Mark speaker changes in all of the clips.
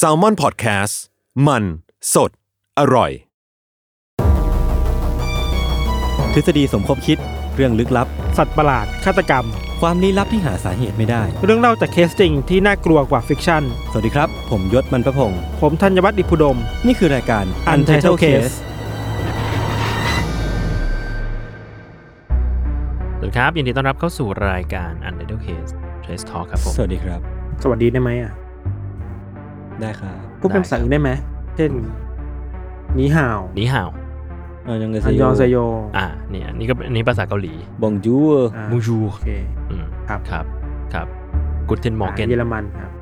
Speaker 1: s a l m o n PODCAST มัน สด อร่อย
Speaker 2: ทฤษฎีสมคบคิดเรื่องลึกลับ
Speaker 3: สัตว์ประหลาด ฆาตกรรม
Speaker 2: ความลี้ลับที่หาสาเหตุไม่ได้
Speaker 3: เรื่องเล่าจากเคสจริงที่น่ากลัวกว่าฟิกชั่น
Speaker 2: สวัสดีครับ ผมยศมันประพงศ์
Speaker 3: ผมธัญวัฒน์อิพุดม
Speaker 2: นี่คือรายการ Untitled Case
Speaker 4: สวัสดีครับ ยินดีต้อนรับเข้าสู่รายการ u n d e r t a l Case Trace Talk ครับผม
Speaker 2: สวัสดีครับ
Speaker 3: สวัสดีได้ไหมอ่ะ
Speaker 2: ได้ครับ
Speaker 3: พูดเป็นภาษาอื่นได้ไหม เช่นนีห่าว
Speaker 4: นี่ฮาว
Speaker 2: เออยังไง
Speaker 3: อันยองไซโย
Speaker 4: อ่า นี่อันนี้ก็เป็นอันนี้ภาษาเกาหลี
Speaker 2: บงจู
Speaker 3: อ่า
Speaker 4: มูยู
Speaker 3: โอเค
Speaker 4: อืม
Speaker 3: ครับ
Speaker 4: ครับครับกุเทนมอร์เกน
Speaker 3: เยอรมันครับ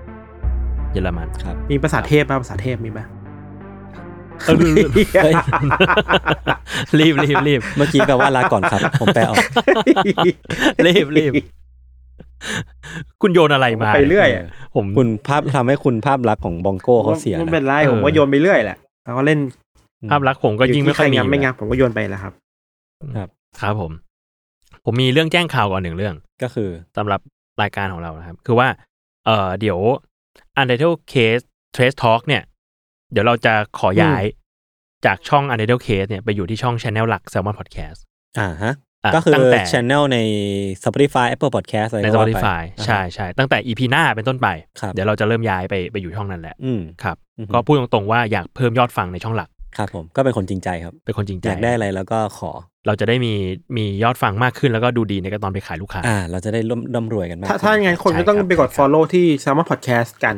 Speaker 4: เยอรมัน
Speaker 2: ครับ
Speaker 3: มีภาษาเทพป่ะภาษาเทพมีป่ะ
Speaker 2: เฮ้ย
Speaker 4: รีบรีบ รีบ
Speaker 2: เมื่อกี้แปลว่าลาก่อนครับ ผมแปลออก
Speaker 4: รีบรีบคุณโยนอะไรมา
Speaker 3: ไปเรื่อยอะ
Speaker 4: ผม
Speaker 2: คุณภาพทำให้คุณภาพลักษณ์ของบองโก้เขาเสีย
Speaker 3: ไม่เป็น
Speaker 2: นะ
Speaker 3: ไร
Speaker 4: เออ
Speaker 3: ผมก็โยนไปเรื่อยแหละแล้วก็เล่น
Speaker 4: ภาพลักษณ์ผมก็ยิ่งไม่ค่อยมี
Speaker 3: ใรงับไม่งับผมก็โยนไปแหละครับ
Speaker 4: ครับผม ผมมีเรื่องแจ้งข่าวก่อนหนึ่งเรื่อง
Speaker 2: ก็คือ
Speaker 4: สำหรับรายการของเรานะครับ คือว่า เอ่อเดี๋ยว Untitled Case Trace Talk เนี่ย เดี๋ยวเราจะขอย้ายจากช่อง Untitled Case เนี่ย ไปอยู่ที่ช่อง Channel หลัก Salmon Podcast
Speaker 2: อ่าฮะ
Speaker 4: ะ
Speaker 2: ก็คือ
Speaker 4: ตั้งแต่
Speaker 2: Channel ใน Spotify Apple Podcast อะไร
Speaker 4: ใน
Speaker 2: ก็ว่าไป
Speaker 4: Spotify ใช่ใช่ตั้งแต่ EP หน้าเป็นต้นไป
Speaker 2: ครับ
Speaker 4: เดี๋ยวเราจะเริ่มย้ายไปไปอยู่ช่องนั้นแหละ
Speaker 2: อืม
Speaker 4: ครับ
Speaker 2: อืม
Speaker 4: ก็พูดตรงๆว่าอยากเพิ่มยอดฟังในช่องหลัก
Speaker 2: ครับผมก็เป็นคนจริงใจครับ
Speaker 4: เป็นคนจริงใจ
Speaker 2: อยากได้อะไรแล้วก็ขอ
Speaker 4: เราจะได้มีมียอดฟังมากขึ้นแล้วก็ดูดีในตอนไปขายลูกค้า
Speaker 2: อ่า เราจะได้ร่ำร่ำรวยกันมาก
Speaker 3: ถ้าถ้าอย่างนั้นคนก็ต้องไปกด
Speaker 4: ใช่ครับ
Speaker 3: follow ที่ s ามารถ podcast กัน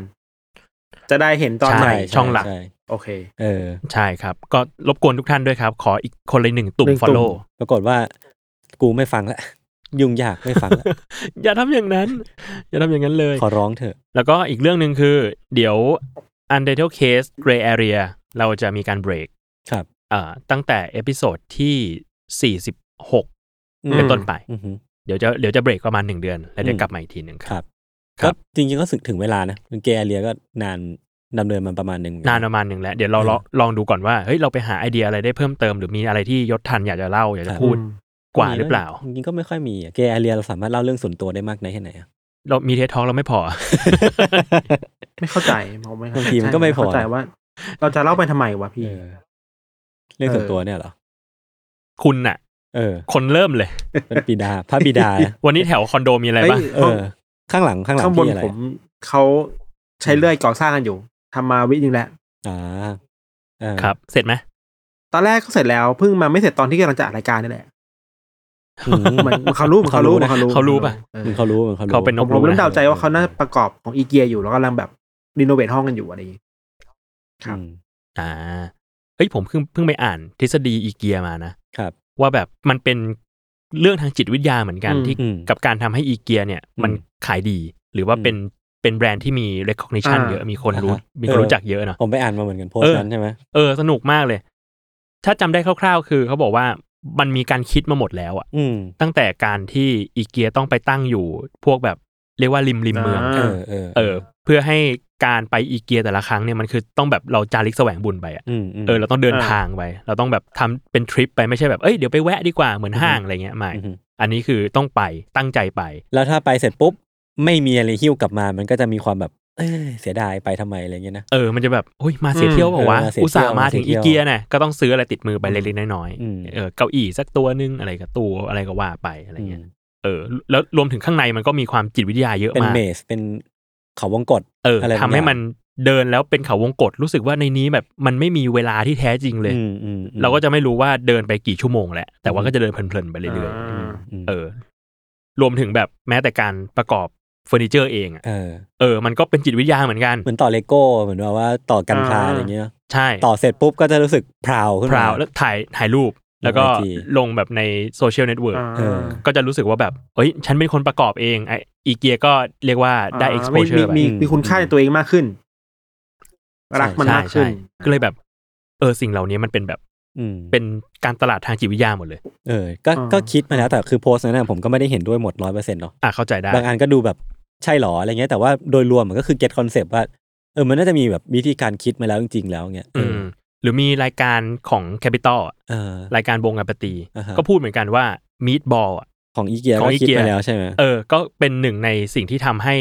Speaker 3: จะได้เห็นตอน
Speaker 4: ใช่
Speaker 3: ใหม่
Speaker 4: ช่องหลัก
Speaker 2: ใ
Speaker 3: โอเค
Speaker 2: เออ
Speaker 4: ใช่ครับ ก็รบกวนทุกท่านด้วยครับ ขออีกคนละหนึ่งตุ่
Speaker 3: ห
Speaker 4: ม
Speaker 3: นึ่งตุ่ม
Speaker 4: follow
Speaker 2: ปรากฏว่ากูไม่ฟังละ ยุ่งยากไม่ฟังละ
Speaker 4: อย่าทำอย่างนั้น อย่าทำอย่างนั้นเลย
Speaker 2: ขอร้องเถอะ
Speaker 4: แล้วก็อีกเรื่องหนึ่งคือ เดี๋ยว u n d e r t a l e Case Gray Area เราจะมีการเบรก
Speaker 2: ครับ
Speaker 4: เอ่อตั้งแต่เอพิโซดที่ 46
Speaker 2: อืม
Speaker 4: เป็นต้นไป
Speaker 2: อือฮึ
Speaker 4: เดี๋ยวจะเดี๋ยวจะเบรกประมาณหนึ่งเดือน แล้วเดี๋ย
Speaker 2: อื
Speaker 4: ว
Speaker 2: ม
Speaker 4: กลับมาอีกทีหนึ่งค
Speaker 2: ครับ รับ
Speaker 4: ค
Speaker 2: ก็
Speaker 4: รับ
Speaker 2: จริงๆก็สึกถึงเวลานะเกเรียก็นานดำเนินมาประมาณหนึ่ง
Speaker 4: นานประมาณหนึ่งแล้ว เดี๋ยวเราลองลองดูก่อนว่าเฮ้ยเราไปหาไอเดียอะไรได้เพิ่มเติมหรือมีอะไรที่ยศทันอยากจะเล่าอยาก
Speaker 2: ครั
Speaker 4: จะ
Speaker 2: บ
Speaker 4: พูด
Speaker 3: อืม
Speaker 4: กว่าหรือเปล่า
Speaker 2: จริงๆก็ไม่ค่อยมีเกเรียเราสามารถเล่าเรื่องส่วนตัวได้มากในอยแค่ไหนอะ
Speaker 4: เรามีเทสทอลเราไม่พอ
Speaker 3: ไม่เข้าใจผมไม่เข้ใจ
Speaker 2: บางทีมันก็ไม่พอ
Speaker 3: เข้าใจว่า เราจะเล่าไปทำไมวะพี่
Speaker 2: เออเรื่องส่วนตัวเนี่ยเหรอ
Speaker 4: คุณน่ะ
Speaker 2: เออ
Speaker 4: คนเริ่มเลย
Speaker 2: เป็นปีดาพระบิดานะ
Speaker 4: วันนี้แถวคอนโดมีอะไรบ้าง
Speaker 3: เฮ้ย
Speaker 2: เออ ข้างหลังข้างหลัง
Speaker 3: ข้างบน
Speaker 2: พี่อะไร
Speaker 3: ผมเขาใช้เลื่อยก่อสร้างกันอยู่ทำมาวิหนึงแล้ว
Speaker 2: อ่าเออ
Speaker 4: ครับ เสร็จไหม
Speaker 3: ตอนแรกก็เสร็จแล้วเพิ่งมาไม่เสร็จตอนที่กำลังจะอัดรายการนี่แหละ
Speaker 2: อืม
Speaker 3: เหมันมันเขารู้เหมันเขารู้เหมันเขารู้
Speaker 4: เขารู้ปะ
Speaker 3: เออ
Speaker 2: มึงเขารู้มึงเขารู้
Speaker 4: เขาเป็นน
Speaker 3: ผ
Speaker 4: ก
Speaker 3: มผ
Speaker 4: รู้
Speaker 3: มเริ่ม
Speaker 4: นะ
Speaker 3: เดาใจว่าเขาน่าจะประกอบของอีเกียอยู่แล้วกำลังแบบรีโนเวทห้องกันอยู่อะไรอย่างงี้ ครับ
Speaker 2: อืม
Speaker 4: อ่าเฮ้ยผมเพิ่งเพิ่งไปอ่านทฤษฎีอีเกียมานะครับ ว่าแบบมันเป็นเรื่องทางจิตวิทยาเหมือนกัน
Speaker 3: อืม
Speaker 4: ที่
Speaker 2: อืม
Speaker 4: กับการทำให้อีเกียเนี่ย มันขายดี หรือว่า
Speaker 2: อืม
Speaker 4: เป็นเป็นแบรนด์ที่มี recognition
Speaker 3: อ่า
Speaker 4: เยอะมีคนรู้
Speaker 2: อ่าฮะ
Speaker 4: มีคน
Speaker 2: เออ
Speaker 4: รู้จักเยอะเนาะ
Speaker 2: ผมไปอ่านมาเหมือนกันโพส
Speaker 4: เอ
Speaker 2: ต์
Speaker 4: อ
Speaker 2: นั้นใช่ไหม
Speaker 4: เออ สนุกมากเลย ถ้าจำได้คร่าวๆ คือเขาบอกว่ามันมีการคิดมาหมดแล้วอะ
Speaker 2: อืม
Speaker 4: ตั้งแต่การที่อีเกียต้องไปตั้งอยู่ พวกแบบเรียกว่าริมริมเมือง
Speaker 3: อ่า
Speaker 2: เออเออ
Speaker 4: เออ เพื่อให้การไปอีเกียแต่ละครั้งเนี่ยมันคือต้องแบบเราจาริกแสวงบุญไปอะ
Speaker 2: อืมอืม
Speaker 4: เออเราต้องเดิน
Speaker 3: อ่า
Speaker 4: ทางไป เราต้องแบบทำเป็นทริปไปไม่ใช่แบบ เอ้ยเดี๋ยวไปแวะดีกว่าเหมือนห้าง
Speaker 2: อืม
Speaker 4: อะไรเงี้ยไม่
Speaker 2: อือฮึ
Speaker 4: อันนี้คือต้องไปตั้งใจไป
Speaker 2: แล้วถ้าไปเสร็จปุ๊บ ไม่มีอะไรหิ้วกลับมามันก็จะมีความแบบ เอ้ยเสียดายไปทำไมอะไรเงี้ยนะ
Speaker 4: เออ มันจะแบบโอ้ยมาเสียเที่ยวเปล่าวะ
Speaker 2: เออมาเสียเที่ยว
Speaker 4: อุตส่าห์มาถึง
Speaker 2: มาเสี
Speaker 4: อี
Speaker 2: ยเที่ยว
Speaker 4: เกียน่ะก็ต้องซื้ออะไรติดมือไปเล็กๆน้อย
Speaker 2: อืม
Speaker 4: ๆเออเก้าอี้สักตัวนึงอะไรกับตัวอะไรก็ว่าไปอะไรเงี้ยเออแล้วรวมถึงข้างในมันก็มีความจิตวิทยาเยอะ
Speaker 2: เป็น
Speaker 4: มาก
Speaker 2: เมสเป็นเขาวงกฏ
Speaker 4: เออ
Speaker 2: อะไรบางอย่าง
Speaker 4: ทำให้มันเดินแล้วเป็นเขาวงกฏรู้สึกว่าในนี้แบบมันไม่มีเวลาที่แท้จริงเลย
Speaker 2: อืมอืมอืม
Speaker 4: เราก็จะไม่รู้ว่าเดินไปกี่ชั่วโมงแหละแต่ว่าก็จะเดินเพลินๆไปเรื่อยๆ
Speaker 2: อืมอืม
Speaker 4: เออ รวมถึงแบบแม้แต่การประกอบเฟอร์นิเจอร์เองอะ
Speaker 2: เออ
Speaker 4: เออ มันก็เป็นจิตวิทยาเหมือนกัน
Speaker 2: เหมือนต่อเลโก้เหมือนว่าว่าต่อกันพลา
Speaker 3: อ่า
Speaker 2: อะไรเงี้ยเนอะ
Speaker 4: ใช่
Speaker 2: ต่อเสร็จปุ๊บก็จะรู้สึกพราวขึ้นมาร
Speaker 4: พาวแล้วถ่ายถ่ายรูป แล้วก็
Speaker 2: ลงไอจี
Speaker 4: ลงแบบในโซเชียลเน็ตเวิร์ก
Speaker 3: อ่า
Speaker 2: เออ
Speaker 4: ก็จะรู้สึกว่าแบบเอ้ย ฉันเป็นคนประกอบเองไออีเกียก็เรียกว่าได้
Speaker 3: อ่า
Speaker 4: exposure ไป
Speaker 3: มีมีมี
Speaker 2: อืม
Speaker 3: คุณค่าในตัวเองมากขึ้น รักมัน
Speaker 4: ใช่
Speaker 3: มากขึ้น
Speaker 4: ใช่ก็เลยแบบเออสิ่งเหล่านี้มันเป็นแบบ
Speaker 2: อืม
Speaker 4: เป็นการตลาดทางจิตวิทยาหมดเลย
Speaker 2: เออก็ก็คิดมาแล้วแต่คือโพสต์นั้นนะผมก็ไม่ได้เห็นด้วยหมดร้อยเปอร์เซ็นต์เนาะ
Speaker 4: อ่ะเข้าใจได้
Speaker 2: บางอันก็ดูแบบใช่หรออะไรเงี้ยแต่ว่าโดยรวมมันก็คือเก็ตคอนเซปต์ว่าเออมันน่าจะมีแบบวิธีการคิดมาแล้วจริงๆแล้วเงี้ยเอ
Speaker 4: อื
Speaker 2: อ
Speaker 4: มหรือมีรายการของแคปิตอล
Speaker 2: เออ
Speaker 4: รายการวงการปตี
Speaker 2: อ่าฮะ
Speaker 4: ก็พูดเหมือนกันว่ามีดบอล
Speaker 2: ของอีเกีย
Speaker 4: ขอ
Speaker 2: ก็
Speaker 4: ง
Speaker 2: คิด
Speaker 4: IKEA
Speaker 2: มาแล้วใช่ไหม
Speaker 4: เออ ก็เป็นหนึ่งในสิ่งที่ทำให้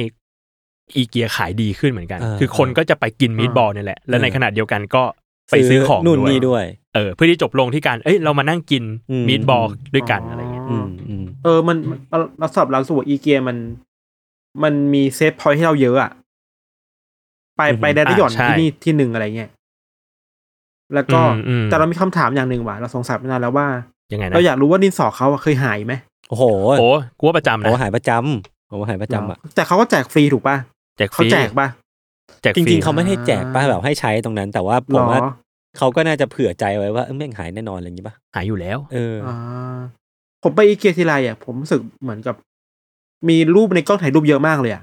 Speaker 4: อีเกียขายดีขึ้นเหมือนกัน
Speaker 2: อ่า
Speaker 4: คือคนก็จะไปกินมีดบอลเนี่ยแหละ และในขณะเดียวกันก็ไปซื้อของ
Speaker 2: นู่นนี่ด้วย
Speaker 4: เออ เพื่อที่จบลงที่การ เอ้ย เรามานั่งกิน
Speaker 2: อืม
Speaker 4: มีดบอลด้วยกันอะไรเงี้ย
Speaker 2: อืมอืม
Speaker 3: เออมันมันเราสอบเราสูอีเกียมัน มันมีเซฟพอยท์ให้เราเยอะอะไป
Speaker 4: อือหือ
Speaker 3: ไปแดนที่หย่อน
Speaker 4: อ่าใช่
Speaker 3: ที่นี่ที่หนึ่งอะไรเงี้ยแล้วก็
Speaker 4: อืมอืม
Speaker 3: แต่เรามีคำถามอย่างหนึ่งว่ะเราสงสัยมานานแล้วว่า
Speaker 4: ยังไงนะ
Speaker 3: เราอยากรู้ว่าดินสอเขาอะเคยหายไหม
Speaker 2: โอ้โห
Speaker 4: โอ้กูว่าประจำ
Speaker 2: โอ้
Speaker 4: นะ
Speaker 2: หายประจำผมว่าหายประจำอ่ะ
Speaker 3: แต่เขาก็แจกฟรีถูกป่ะ
Speaker 4: แจกฟ
Speaker 3: เขา
Speaker 4: รี
Speaker 3: แจกป่ะ
Speaker 4: แจก
Speaker 2: จ
Speaker 4: ฟรี
Speaker 2: ริง ๆเขาไม่ให้แจกป้า
Speaker 3: อ่า
Speaker 2: แบบให้ใช้ตรงนั้น แต่ว่าผ
Speaker 3: หร
Speaker 2: ม
Speaker 3: อ
Speaker 2: ว่าเขาก็น่าจะเผื่อใจไว้ว่าเออแม่งหายแน่นอนอะไรอย่างงี้ป่ะ
Speaker 4: หายอยู่แล้ว
Speaker 2: เออ
Speaker 3: อ่าผมไปอีเกียทีไรอ่ะผมรู้สึกเหมือนกับ มีรูปในกล้องถ่ายรูปเยอะมากเลยอ่ะ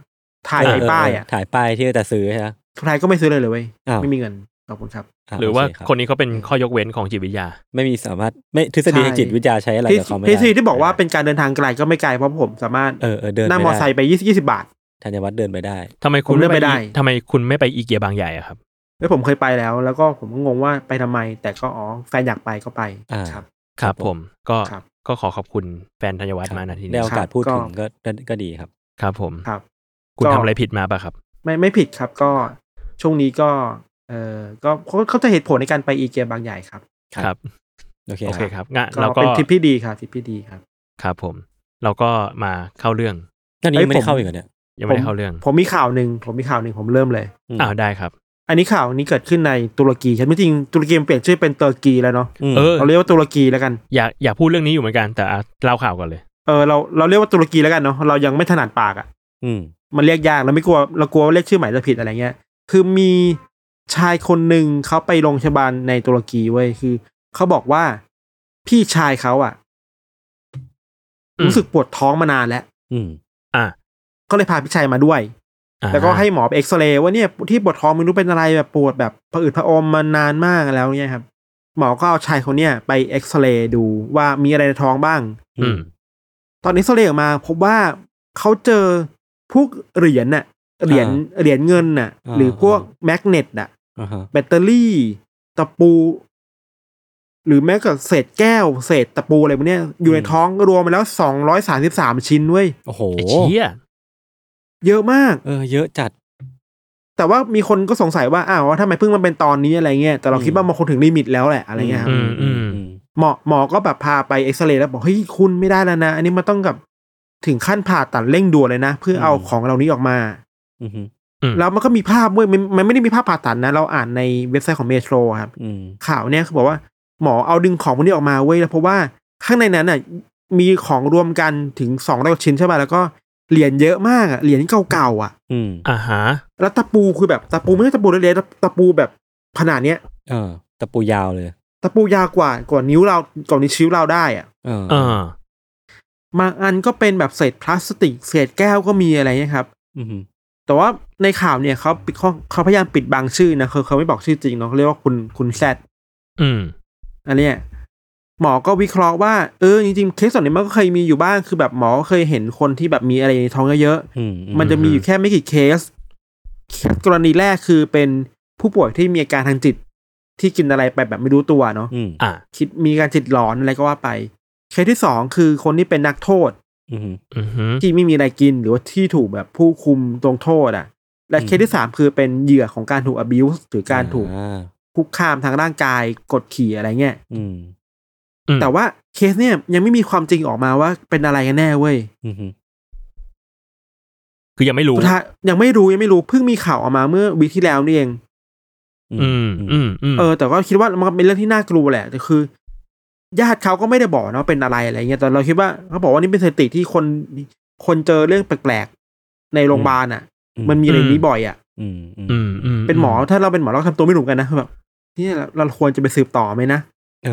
Speaker 3: ถ่าย
Speaker 2: เ
Speaker 3: ในป้ายอ่ะ
Speaker 2: ถ่ายป้ายที่จะซื้อใช่ไหม
Speaker 3: สุดท้ายก็ไม่ซื้อเลยเลยเว้ย
Speaker 2: อ้าว
Speaker 3: ไม่มีเงิน ขอบคุณครับ
Speaker 2: อ่ะ
Speaker 4: หรือว่า
Speaker 2: โเบ
Speaker 4: คนนี้เขาเป็นข้อยกเว้นของจิตวิทยา
Speaker 2: ไม่มีสามารถไม่ทฤษฎีทางจิตวิทยาใช้อะไร
Speaker 3: ที่
Speaker 2: กับเขาไม่
Speaker 3: ที่
Speaker 2: ได้
Speaker 3: ที่ที่บอกว่าเป็นการเดินทางไกลก็ไม่ไกลเพราะผมสามารถ
Speaker 2: เออเออเดิน
Speaker 3: นั่งมอไซค์ไปยี่สิบยี่สิบาท
Speaker 2: ธัญวัฒน์เดินไปได้
Speaker 4: ทำไมคุ
Speaker 3: ผ
Speaker 4: ณ
Speaker 3: มเลือกไม่ได้
Speaker 4: ทำไมคุณไม่ไปอีเกียบางใหญ่อะครับ
Speaker 3: แล้วผมเคยไปแล้ว แล้วก็ผมก็งงว่าไปทำไม แต่ก็อ๋อแฟนอยากไปก็ไป
Speaker 2: อ่า
Speaker 3: ครับ
Speaker 4: ครับผม ก็
Speaker 3: ครับ
Speaker 4: ก็ขอขอบคุณแฟนธัญวัฒน์มานาที
Speaker 2: ได้
Speaker 4: นี้
Speaker 2: โอกาส
Speaker 3: ครับ
Speaker 2: พูดถึง
Speaker 3: ก็
Speaker 2: ก็ก็ก็ดีครับ
Speaker 4: ครับผม
Speaker 3: ครับ
Speaker 4: คุณ
Speaker 3: ก็
Speaker 4: ทำอะไรผิดมาปะครับ
Speaker 3: ไม่ไม่ผิดครับก็ช่วงนี้ก็ เออก็เขาเขาจะเหตุผลในการไปอีเกียบางใหญ่ครับ
Speaker 2: ครับ
Speaker 4: ครับ
Speaker 2: โอเค
Speaker 4: โอ
Speaker 2: ค
Speaker 4: เค
Speaker 2: รับ
Speaker 4: ครับงั้น
Speaker 3: ก็
Speaker 4: เราก็
Speaker 3: เป็นทริปที่ดีครับทริปที่ดีครับ
Speaker 4: ครับผม เราก็มาเข้าเรื่อง
Speaker 2: ตอนนี้
Speaker 3: เอ้ย
Speaker 2: ยังไม่
Speaker 3: ผม
Speaker 2: ได้เข้าอีกเหรอเนี่ย
Speaker 4: ยังไม่ได้เข้าเรื่อง
Speaker 3: ผมมีข่าวหนึ่งผมมีข่าวหนึ่งผมเริ่มเลย
Speaker 2: อืม
Speaker 4: อ้าวได้ครับ
Speaker 3: อันนี้ข่าวนี้เกิดขึ้นในตุรกีฉันไม่จริงตุรกีมันเปลี่ยนชื่อเป็นเตอร์กีแล้วเนาะ
Speaker 2: ม
Speaker 4: เออ
Speaker 3: เราเรียกว่าตุรกีแล้วกัน
Speaker 4: อยากอยากพูดเรื่องนี้อยู่เหมือนกันแต่อ่ะเล่าข่าวก่อนเลย
Speaker 3: เออเราเราเรียกว่าตุรกีแล้วกันเนาะเรายังไม่ถนัดปากอ่ะ
Speaker 2: อืม
Speaker 3: มันเรียกยากเราไม่กลัวเรากลัวว่าเรียกชื่อใหม่จะผิดอะไรเงี้ย คือมีชายคนหนึ่งเขาไปโรงพยาบาลในตุรกีเว้ยคือเขาบอกว่าพี่ชายเขาอ่ะ
Speaker 4: อืม
Speaker 3: รู้สึกปวดท้องมานานแล้ว
Speaker 2: อืม
Speaker 4: อ่ะ
Speaker 3: ก็เลยพาพี่ชายมาด้วย
Speaker 4: อ่า
Speaker 3: แล้วก็ให้หมอไปเอ็กซเรย์ว่าเนี่ยที่ปวดท้องมึงรู้เป็นอะไรแบบปวดแบบผะอืดผะอมมานานมากแล้วเนี่ยครับ หมอก็เอาชายคนเนี้ยไปเอ็กซเรย์ดูว่ามีอะไรในท้องบ้าง
Speaker 4: อืม
Speaker 3: ตอนเอ็กซเรย์ออกมาพบว่าเขาเจอพวกเหรียญน่ะเหรียญเหรียญเงินน่ะ
Speaker 2: า
Speaker 3: หรือพวกแมกเนตน่ะ
Speaker 2: อ่าฮะ
Speaker 3: แบตเตอรี่ ตะปู หรือแม้กระทั่งเศษแก้ว เศษตะปูอะไรพวกเนี้ยอยู่ในท้องรวมมาแล้วสองร้อยสาสิบสามชิ้นเว้ย
Speaker 2: โอ้โห
Speaker 4: ไอ้เชี่ย
Speaker 3: เยอะมาก
Speaker 2: เออเยอะจัด
Speaker 3: แต่ว่ามีคนก็สงสัยว่าอ้าวว่าทำไมเพิ่งมาเป็นตอนนี้อะไรเงี้ยแต่เราคิดว่ามันคงถึงลิมิตแล้วแหละอะไรเงี้ยครับ
Speaker 4: อืมอืม
Speaker 2: อืม
Speaker 3: หมอหมอก็แบบพาไปเอ็กซเรย์แล้วบอกเฮ้ยคุณไม่ได้แล้วนะ อันนี้มันต้องกับถึงขั้นผ่าตัดเร่งด่วนเลยนะ เพื่อเอาของเหล่านี้ออกมา
Speaker 2: อืม
Speaker 3: แล้วมันก็มีภาพเว้ยมันมันไม่ได้มีภาพผ่าตัดนะ เราอ่านในเว็บไซต์ของเมโทรครับ
Speaker 2: อืม
Speaker 3: ข่าวเนี่ยเขาบอกว่าหมอเอาดึงของพวกนี้ออกมาเว้ยแล้วเพราะว่าข้างในนั้นน่ะมีของรวมกันถึงสองร้อยกว่าชิ้นใช่ป่ะแล้วก็เหรียญเยอะมากอะเหรียญเก่าๆอ่ะ
Speaker 2: อืม
Speaker 4: อ่าฮะ
Speaker 3: แล้วตะปูคือแบบตะปูไม่ใช่ตะปูเล็กๆตะตะปูแบบขนาดเนี้ย
Speaker 2: เออตะปูยาวเลย
Speaker 3: ตะปูยาวกว่ากว่านิ้วเรากว่านิ้วชิ้วเราได้อ่ะ
Speaker 2: เออ
Speaker 4: เออ
Speaker 3: บางอันก็เป็นแบบเศษพลาสติก เศษแก้วก็มีอะไรเงี้ยครับ
Speaker 2: อืม
Speaker 3: แต่ว่าในข่าวเนี่ยเขาปิดข้อเขาพยายามปิดบังชื่อนะเขาเขาไม่บอกชื่อจริงเนาะเขาเรียกว่าคุณคุณแซด
Speaker 4: อืม
Speaker 3: อันเนี้ยหมอก็วิเคราะห์ว่าเออจริงๆเคสส่วนนี้มันก็เคยมีอยู่บ้างคือแบบหมอเคยเห็นคนที่แบบมีอะไรในท้องเยอะ
Speaker 2: อืม
Speaker 3: ๆมันจะมีอยู่แค่ไม่กี่เคสเคสกรณีแรกคือเป็นผู้ป่วยที่มีอาการทางจิต ที่กินอะไรไปแบบไม่รู้ตัวเนาะ
Speaker 2: อืม
Speaker 4: อ่ะ
Speaker 3: คิดมีการจิตหลอนอะไรก็ว่าไป เคสที่สองคือคนที่เป็นนักโทษ
Speaker 2: อืม
Speaker 4: อือฮึ
Speaker 3: ที่ไม่มีอะไรกินหรือว่าที่ถูกแบบผู้คุมตรงโทษอ่ะ และ
Speaker 2: อืม
Speaker 3: เคสที่สามคือเป็นเหยื่อของการถูก abuse หรือการถูก
Speaker 2: อ่า
Speaker 3: คุกคามทางร่างกายกดขี่อะไรเงี้ย
Speaker 2: อืม
Speaker 4: อืม
Speaker 3: แต่ว่าเคสเนี่ยยังไม่มีความจริงออกมาว่าเป็นอะไรกันแน่เว้ย
Speaker 2: อืม
Speaker 4: คือยังไม่รู้
Speaker 3: สุดท้ายยังไม่รู้ยังไม่รู้เพิ่งมีข่าวออกมาเมื่อวีคที่แล้วนี่เอง
Speaker 4: อืมอืมอืม
Speaker 3: เออแต่ก็คิดว่ามันเป็นเรื่องที่น่ากลัวแหละแต่คือ ญาติเขาก็ไม่ได้บอกนะว่าเป็นอะไรอะไรเงี้ยแต่เราคิดว่าเขาบอกว่านี่เป็นสถิติที่คนคนเจอเรื่องแปลกๆในโรงพยาบาลอ่ะ มันมีอะไรอย่างนี้บ่อยอ่ะ
Speaker 2: อืมอืม
Speaker 4: อืมอืม
Speaker 3: เป็นหมอถ้าเราเป็นหมอเราก็ทำตัวไม่ถูกกันนะแบบเนี่ยเราเราควรจะไปสืบต่อไหมนะ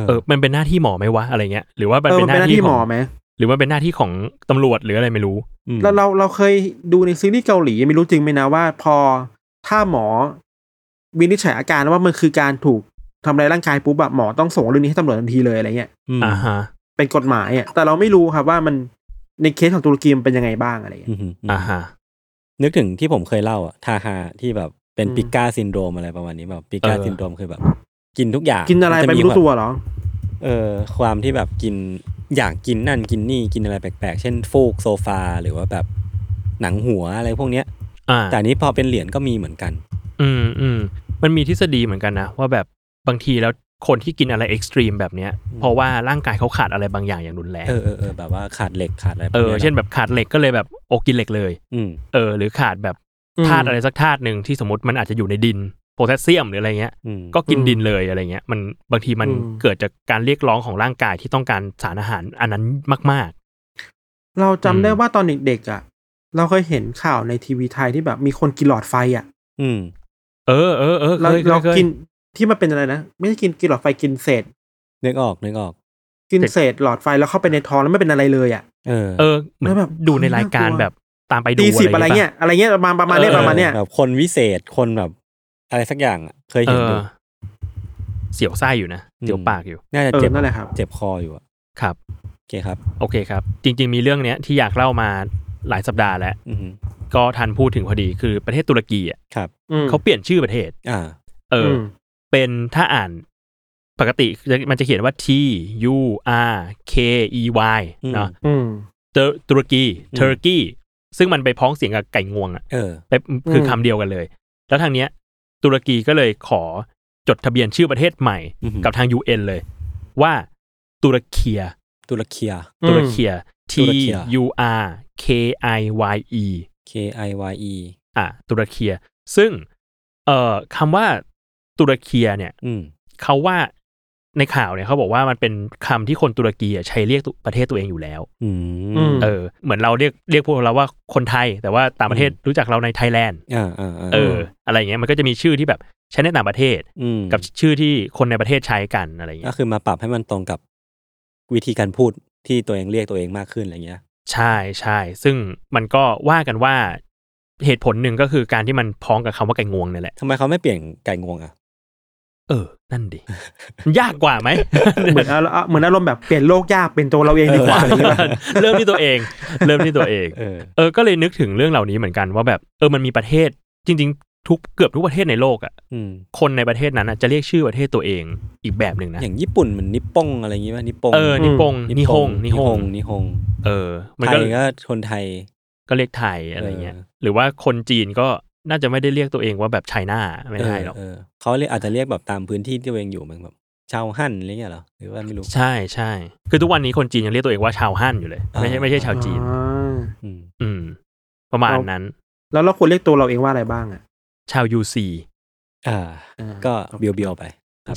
Speaker 4: เออมันเป็นหน้าที่หมอไหมวะอะไรเงี้ยหรือว่ามัน
Speaker 3: เออ
Speaker 4: เป็
Speaker 3: มันเป็น
Speaker 4: นห
Speaker 3: ห
Speaker 4: น้า
Speaker 3: น้า
Speaker 4: ที่
Speaker 3: ที่หม
Speaker 4: ขอ
Speaker 3: อง ไหม
Speaker 4: หรือว่าเป็นหน้าที่ของตำรวจหรืออะไรไม่รู้
Speaker 2: อืม
Speaker 3: เราเราเราเคยดูในซีรีส์เกาหลีไม่รู้จริงไหมนะว่า พอถ้าหมอวินิจฉัยอาการว่ามันคือการถูกทำร้ายร่างกายปุ๊บแบบหมอต้องส่งเรื่องนี้ให้ตำรวจทันทีเลยอะไรเงี้ย
Speaker 2: อืม
Speaker 4: อ่าฮะ
Speaker 3: เป็นกฎหมายอ่ะแต่เราไม่รู้ครับว่ามันในเคสของตุรกีมันเป็นยังไงบ้างอะไรเงี้ย
Speaker 2: อืมอืม
Speaker 4: อ่าฮะ
Speaker 2: นึกถึงที่ผมเคยเล่าอะทาฮาที่แบบเป็น
Speaker 3: อืม
Speaker 2: ปิก้าซินโดรมอะไรประมาณนี้แบบปิก้าซินโดรมคือแบบ กินทุกอย่าง
Speaker 3: กินอะไร
Speaker 2: จ
Speaker 3: ไปไม่
Speaker 2: ควา
Speaker 3: รู้ตัวเหรอ
Speaker 2: เออความที่แบบกินอยากกินนั่นกินนี่กินอะไรแปลกๆ เช่นฟูกโซฟาหรือว่าแบบหนังหัวอะไรพวกเนี้ย
Speaker 4: อ่า
Speaker 2: แต่อันนี้พอเป็นเหรียญก็มีเหมือนกัน
Speaker 4: อืมอืมมันมีทฤษฎีเหมือนกันนะ ว่าแบบบางทีแล้วคนที่กินอะไรเอ็กซ์ตรีมแบบเนี้ยเพราะว่าร่างกายเขาขาดอะไรบางอย่างอย่างรุนแรง
Speaker 2: เออเออเออแบบว่าขาดเหล็กขาดอะไรพว
Speaker 4: เอก อ
Speaker 2: ยะ
Speaker 4: เช่นแบบขาดเหล็กก็เลยแบบโอกินเหล็กเลย
Speaker 2: อืม
Speaker 4: เออ หรือขาดแบบ
Speaker 3: อืม
Speaker 4: ธาตุอะไรสักธาตุหนึ่งที่สมมติมันอาจจะอยู่ในดินโพแทสเซียมหรืออะไรเงี้ย
Speaker 2: อืม
Speaker 4: ก็กิน
Speaker 3: อืม
Speaker 4: ดินเลยอะไรเงี้ย มันบางทีมัน
Speaker 3: อืม
Speaker 4: เกิดจากการเรียกร้องของร่างกายที่ต้องการสารอาหารอันนั้นมาก
Speaker 3: เราจำได้
Speaker 4: อืม
Speaker 3: ว่าตอนเด็กๆอ่ะ เราเคยเห็นข่าวในทีวีไทยที่แบบมีคนกินหลอดไฟอ่ะ
Speaker 2: อืม
Speaker 4: ๆ เออเออเออ
Speaker 3: เรา
Speaker 4: คยคย
Speaker 3: เรา
Speaker 4: คย
Speaker 3: กินที่มันเป็นอะไรนะ ไม่ใช่กินกินหลอดไฟกินเศษ
Speaker 2: นึกออกนึกออก
Speaker 3: กิน
Speaker 4: เศษ
Speaker 3: เศษหลอดไฟแล้วเข้าไปในท้องแล้วไม่เป็นอะไรเลยอ่ะ
Speaker 2: เออ
Speaker 4: เออเหมือ
Speaker 3: แล้
Speaker 4: น
Speaker 3: วแบบ
Speaker 4: ดูในรายการ
Speaker 3: น่ากลัว
Speaker 4: แบบตามไปดู
Speaker 3: ตีสิบ
Speaker 4: อะ
Speaker 3: อะไร ไร
Speaker 4: เงี้
Speaker 3: เงี้
Speaker 4: ย
Speaker 3: ยอะไรเงี้ยประมาณประมาณเนี้ย
Speaker 4: ออ
Speaker 3: ประมาณเนี้ย
Speaker 2: แบบคนวิเศษคนแบบ อะไรสักอย่างอะเคย
Speaker 4: เอ
Speaker 2: เห็นอ
Speaker 4: อ
Speaker 2: ยู่
Speaker 4: เสียวไส้อยู่นะ
Speaker 2: อืม
Speaker 4: เสียวปากอยู่
Speaker 2: น่าจะ
Speaker 3: เออ
Speaker 2: เจ็บ
Speaker 3: นั่นแหละครับ
Speaker 2: เจ็บคออยู่อะ
Speaker 4: ครับ
Speaker 2: โอเคครับ
Speaker 4: โอเคครับ จริง ๆ มีเรื่องเนี้ยที่อยากเล่ามาหลายสัปดาห์แล้ว
Speaker 2: อืม
Speaker 4: ก็ทันพูดถึงพอดีคือประเทศตุรกีอ่ะ
Speaker 2: ครับ
Speaker 3: อืม
Speaker 4: เขาเปลี่ยนชื่อประเทศ
Speaker 2: อ่า
Speaker 4: เอออ
Speaker 3: ม
Speaker 4: เป็นถ้าอ่านปกติจะมันจะเขียนว่า T U R K E Y
Speaker 2: อืม
Speaker 4: เนาะ
Speaker 3: อืม
Speaker 4: ตุรตุรกี
Speaker 2: อืม
Speaker 4: เทอร์กี้ ซึ่งมันไปพ้องเสียงกับไก่งวงอ่ะ
Speaker 2: เออ
Speaker 4: ไปคือ
Speaker 3: ม
Speaker 4: คำเดียวกันเลย แล้วทางเนี้ย ตุรกีก็เลยขอจดทะเบียนชื่อประเทศใหม่
Speaker 2: อือหือ
Speaker 4: กับทาง UN เลย ว่าตุรเคีย
Speaker 2: ตุรเคีย
Speaker 4: ตุรเคีย T
Speaker 2: ตุรเคีย
Speaker 4: U R K I Y E
Speaker 2: K I Y E
Speaker 4: อ่ะตุรเคีย ซึ่งเอ่อคำว่าตุรเคียเนี่ย
Speaker 2: อืม
Speaker 4: เขาว่าในข่าวเนี่ยเขาบอกว่ามันเป็นคำที่คนตุรกีอ่ะใช้เรียกตัวประเทศตัวเองอยู่แล้ว
Speaker 2: อื
Speaker 3: อื
Speaker 2: ม
Speaker 3: ม
Speaker 4: เออเหมือนเราเรียกเรียกพวกเราว่าคนไทย แต่ว่าต่างประเทศรู้จักเราในไทยแลนด์
Speaker 2: อ่าอ่าา
Speaker 4: เอออะไรอย่างเงี้ยมันก็จะมีชื่อที่แบบใช้ในต่างประเทศ
Speaker 2: ม
Speaker 4: กับชื่อที่คนในประเทศใช้กันอะไรอย่าง
Speaker 2: ก็
Speaker 4: เงี้ย
Speaker 2: คือมาปรับให้มันตรงกับวิธีการพูดที่ตัวเองเรียกตัวเองมากขึ้นอะไรเงี้ย
Speaker 4: ใช่ใช่ซึ่งมันก็ว่ากันว่าเหตุผลหนึ่งก็คือการที่มันพ้องกับคำว่าไก่งวงเนี่ยแหละ
Speaker 2: ทำไมเขาไม่เปลี่ยนไก่งวงอ่ะ
Speaker 4: เออ นั่นดิ มันยากกว่าไหม
Speaker 3: เหมือนอารมณ์เหมือนอารมณ์แบบเปลี่ยนโลกยากเป็นตัวเราเองดีกว่าอะไรอย่างเงี้ยป่ะ
Speaker 4: เริ่มที่ตัวเอง เริ่มที่ตัวเอง
Speaker 2: เออ
Speaker 4: เออ ก็เลยนึกถึงเรื่องเหล่านี้เหมือนกันว่าแบบเออมันมีประเทศจริง ๆ ทุกเกือบทุกประเทศในโลกอ่ะ
Speaker 2: อืม
Speaker 4: คนในประเทศนั้นอะจะเรียกชื่อประเทศตัวเองอีกแบบหนึ่งนะ
Speaker 2: อย่างญี่ปุ่นมันนิปปงอะไรเงี้ยนิปปง
Speaker 4: เออ นิปงนิฮง นิ
Speaker 2: นิ
Speaker 4: ฮ
Speaker 2: ฮ
Speaker 4: ง
Speaker 2: งนิฮง
Speaker 4: เออ มัน
Speaker 2: ไท
Speaker 4: ก็
Speaker 2: ยก็คนไทย
Speaker 4: ก็เรียกไทยอะไรเงี้ย
Speaker 2: เออ
Speaker 4: หรือว่าคนจีนก็น่าจะไม่ได้เรียกตัวเองว่าแบบไชน่าไม่ได้หรอก
Speaker 2: เเเขาเรียกอาจจะเรียกแบบตามพื้นที่ที่ตัวเองอยู่เหมือนแบบชาวฮั่นอะไรเงี้ยเหรอ หรือว่าไม่รู้
Speaker 4: ใช่ใช่ คือทุกวันนี้คนจีนยังเรียกตัวเองว่าชาวฮั่นอยู่เลย ไม่ใช่
Speaker 2: อ่า
Speaker 4: ไม่ใช่ชาวจีน
Speaker 3: อ่า
Speaker 2: อืม
Speaker 4: อืม ประมาณนั้น
Speaker 3: แล้วเราควรเรียกตัวเราเองว่าอะไรบ้างอ่ะ
Speaker 4: ชาวยูซี
Speaker 2: อ่า
Speaker 3: อ่า
Speaker 2: ก็เบียวเบียวๆไป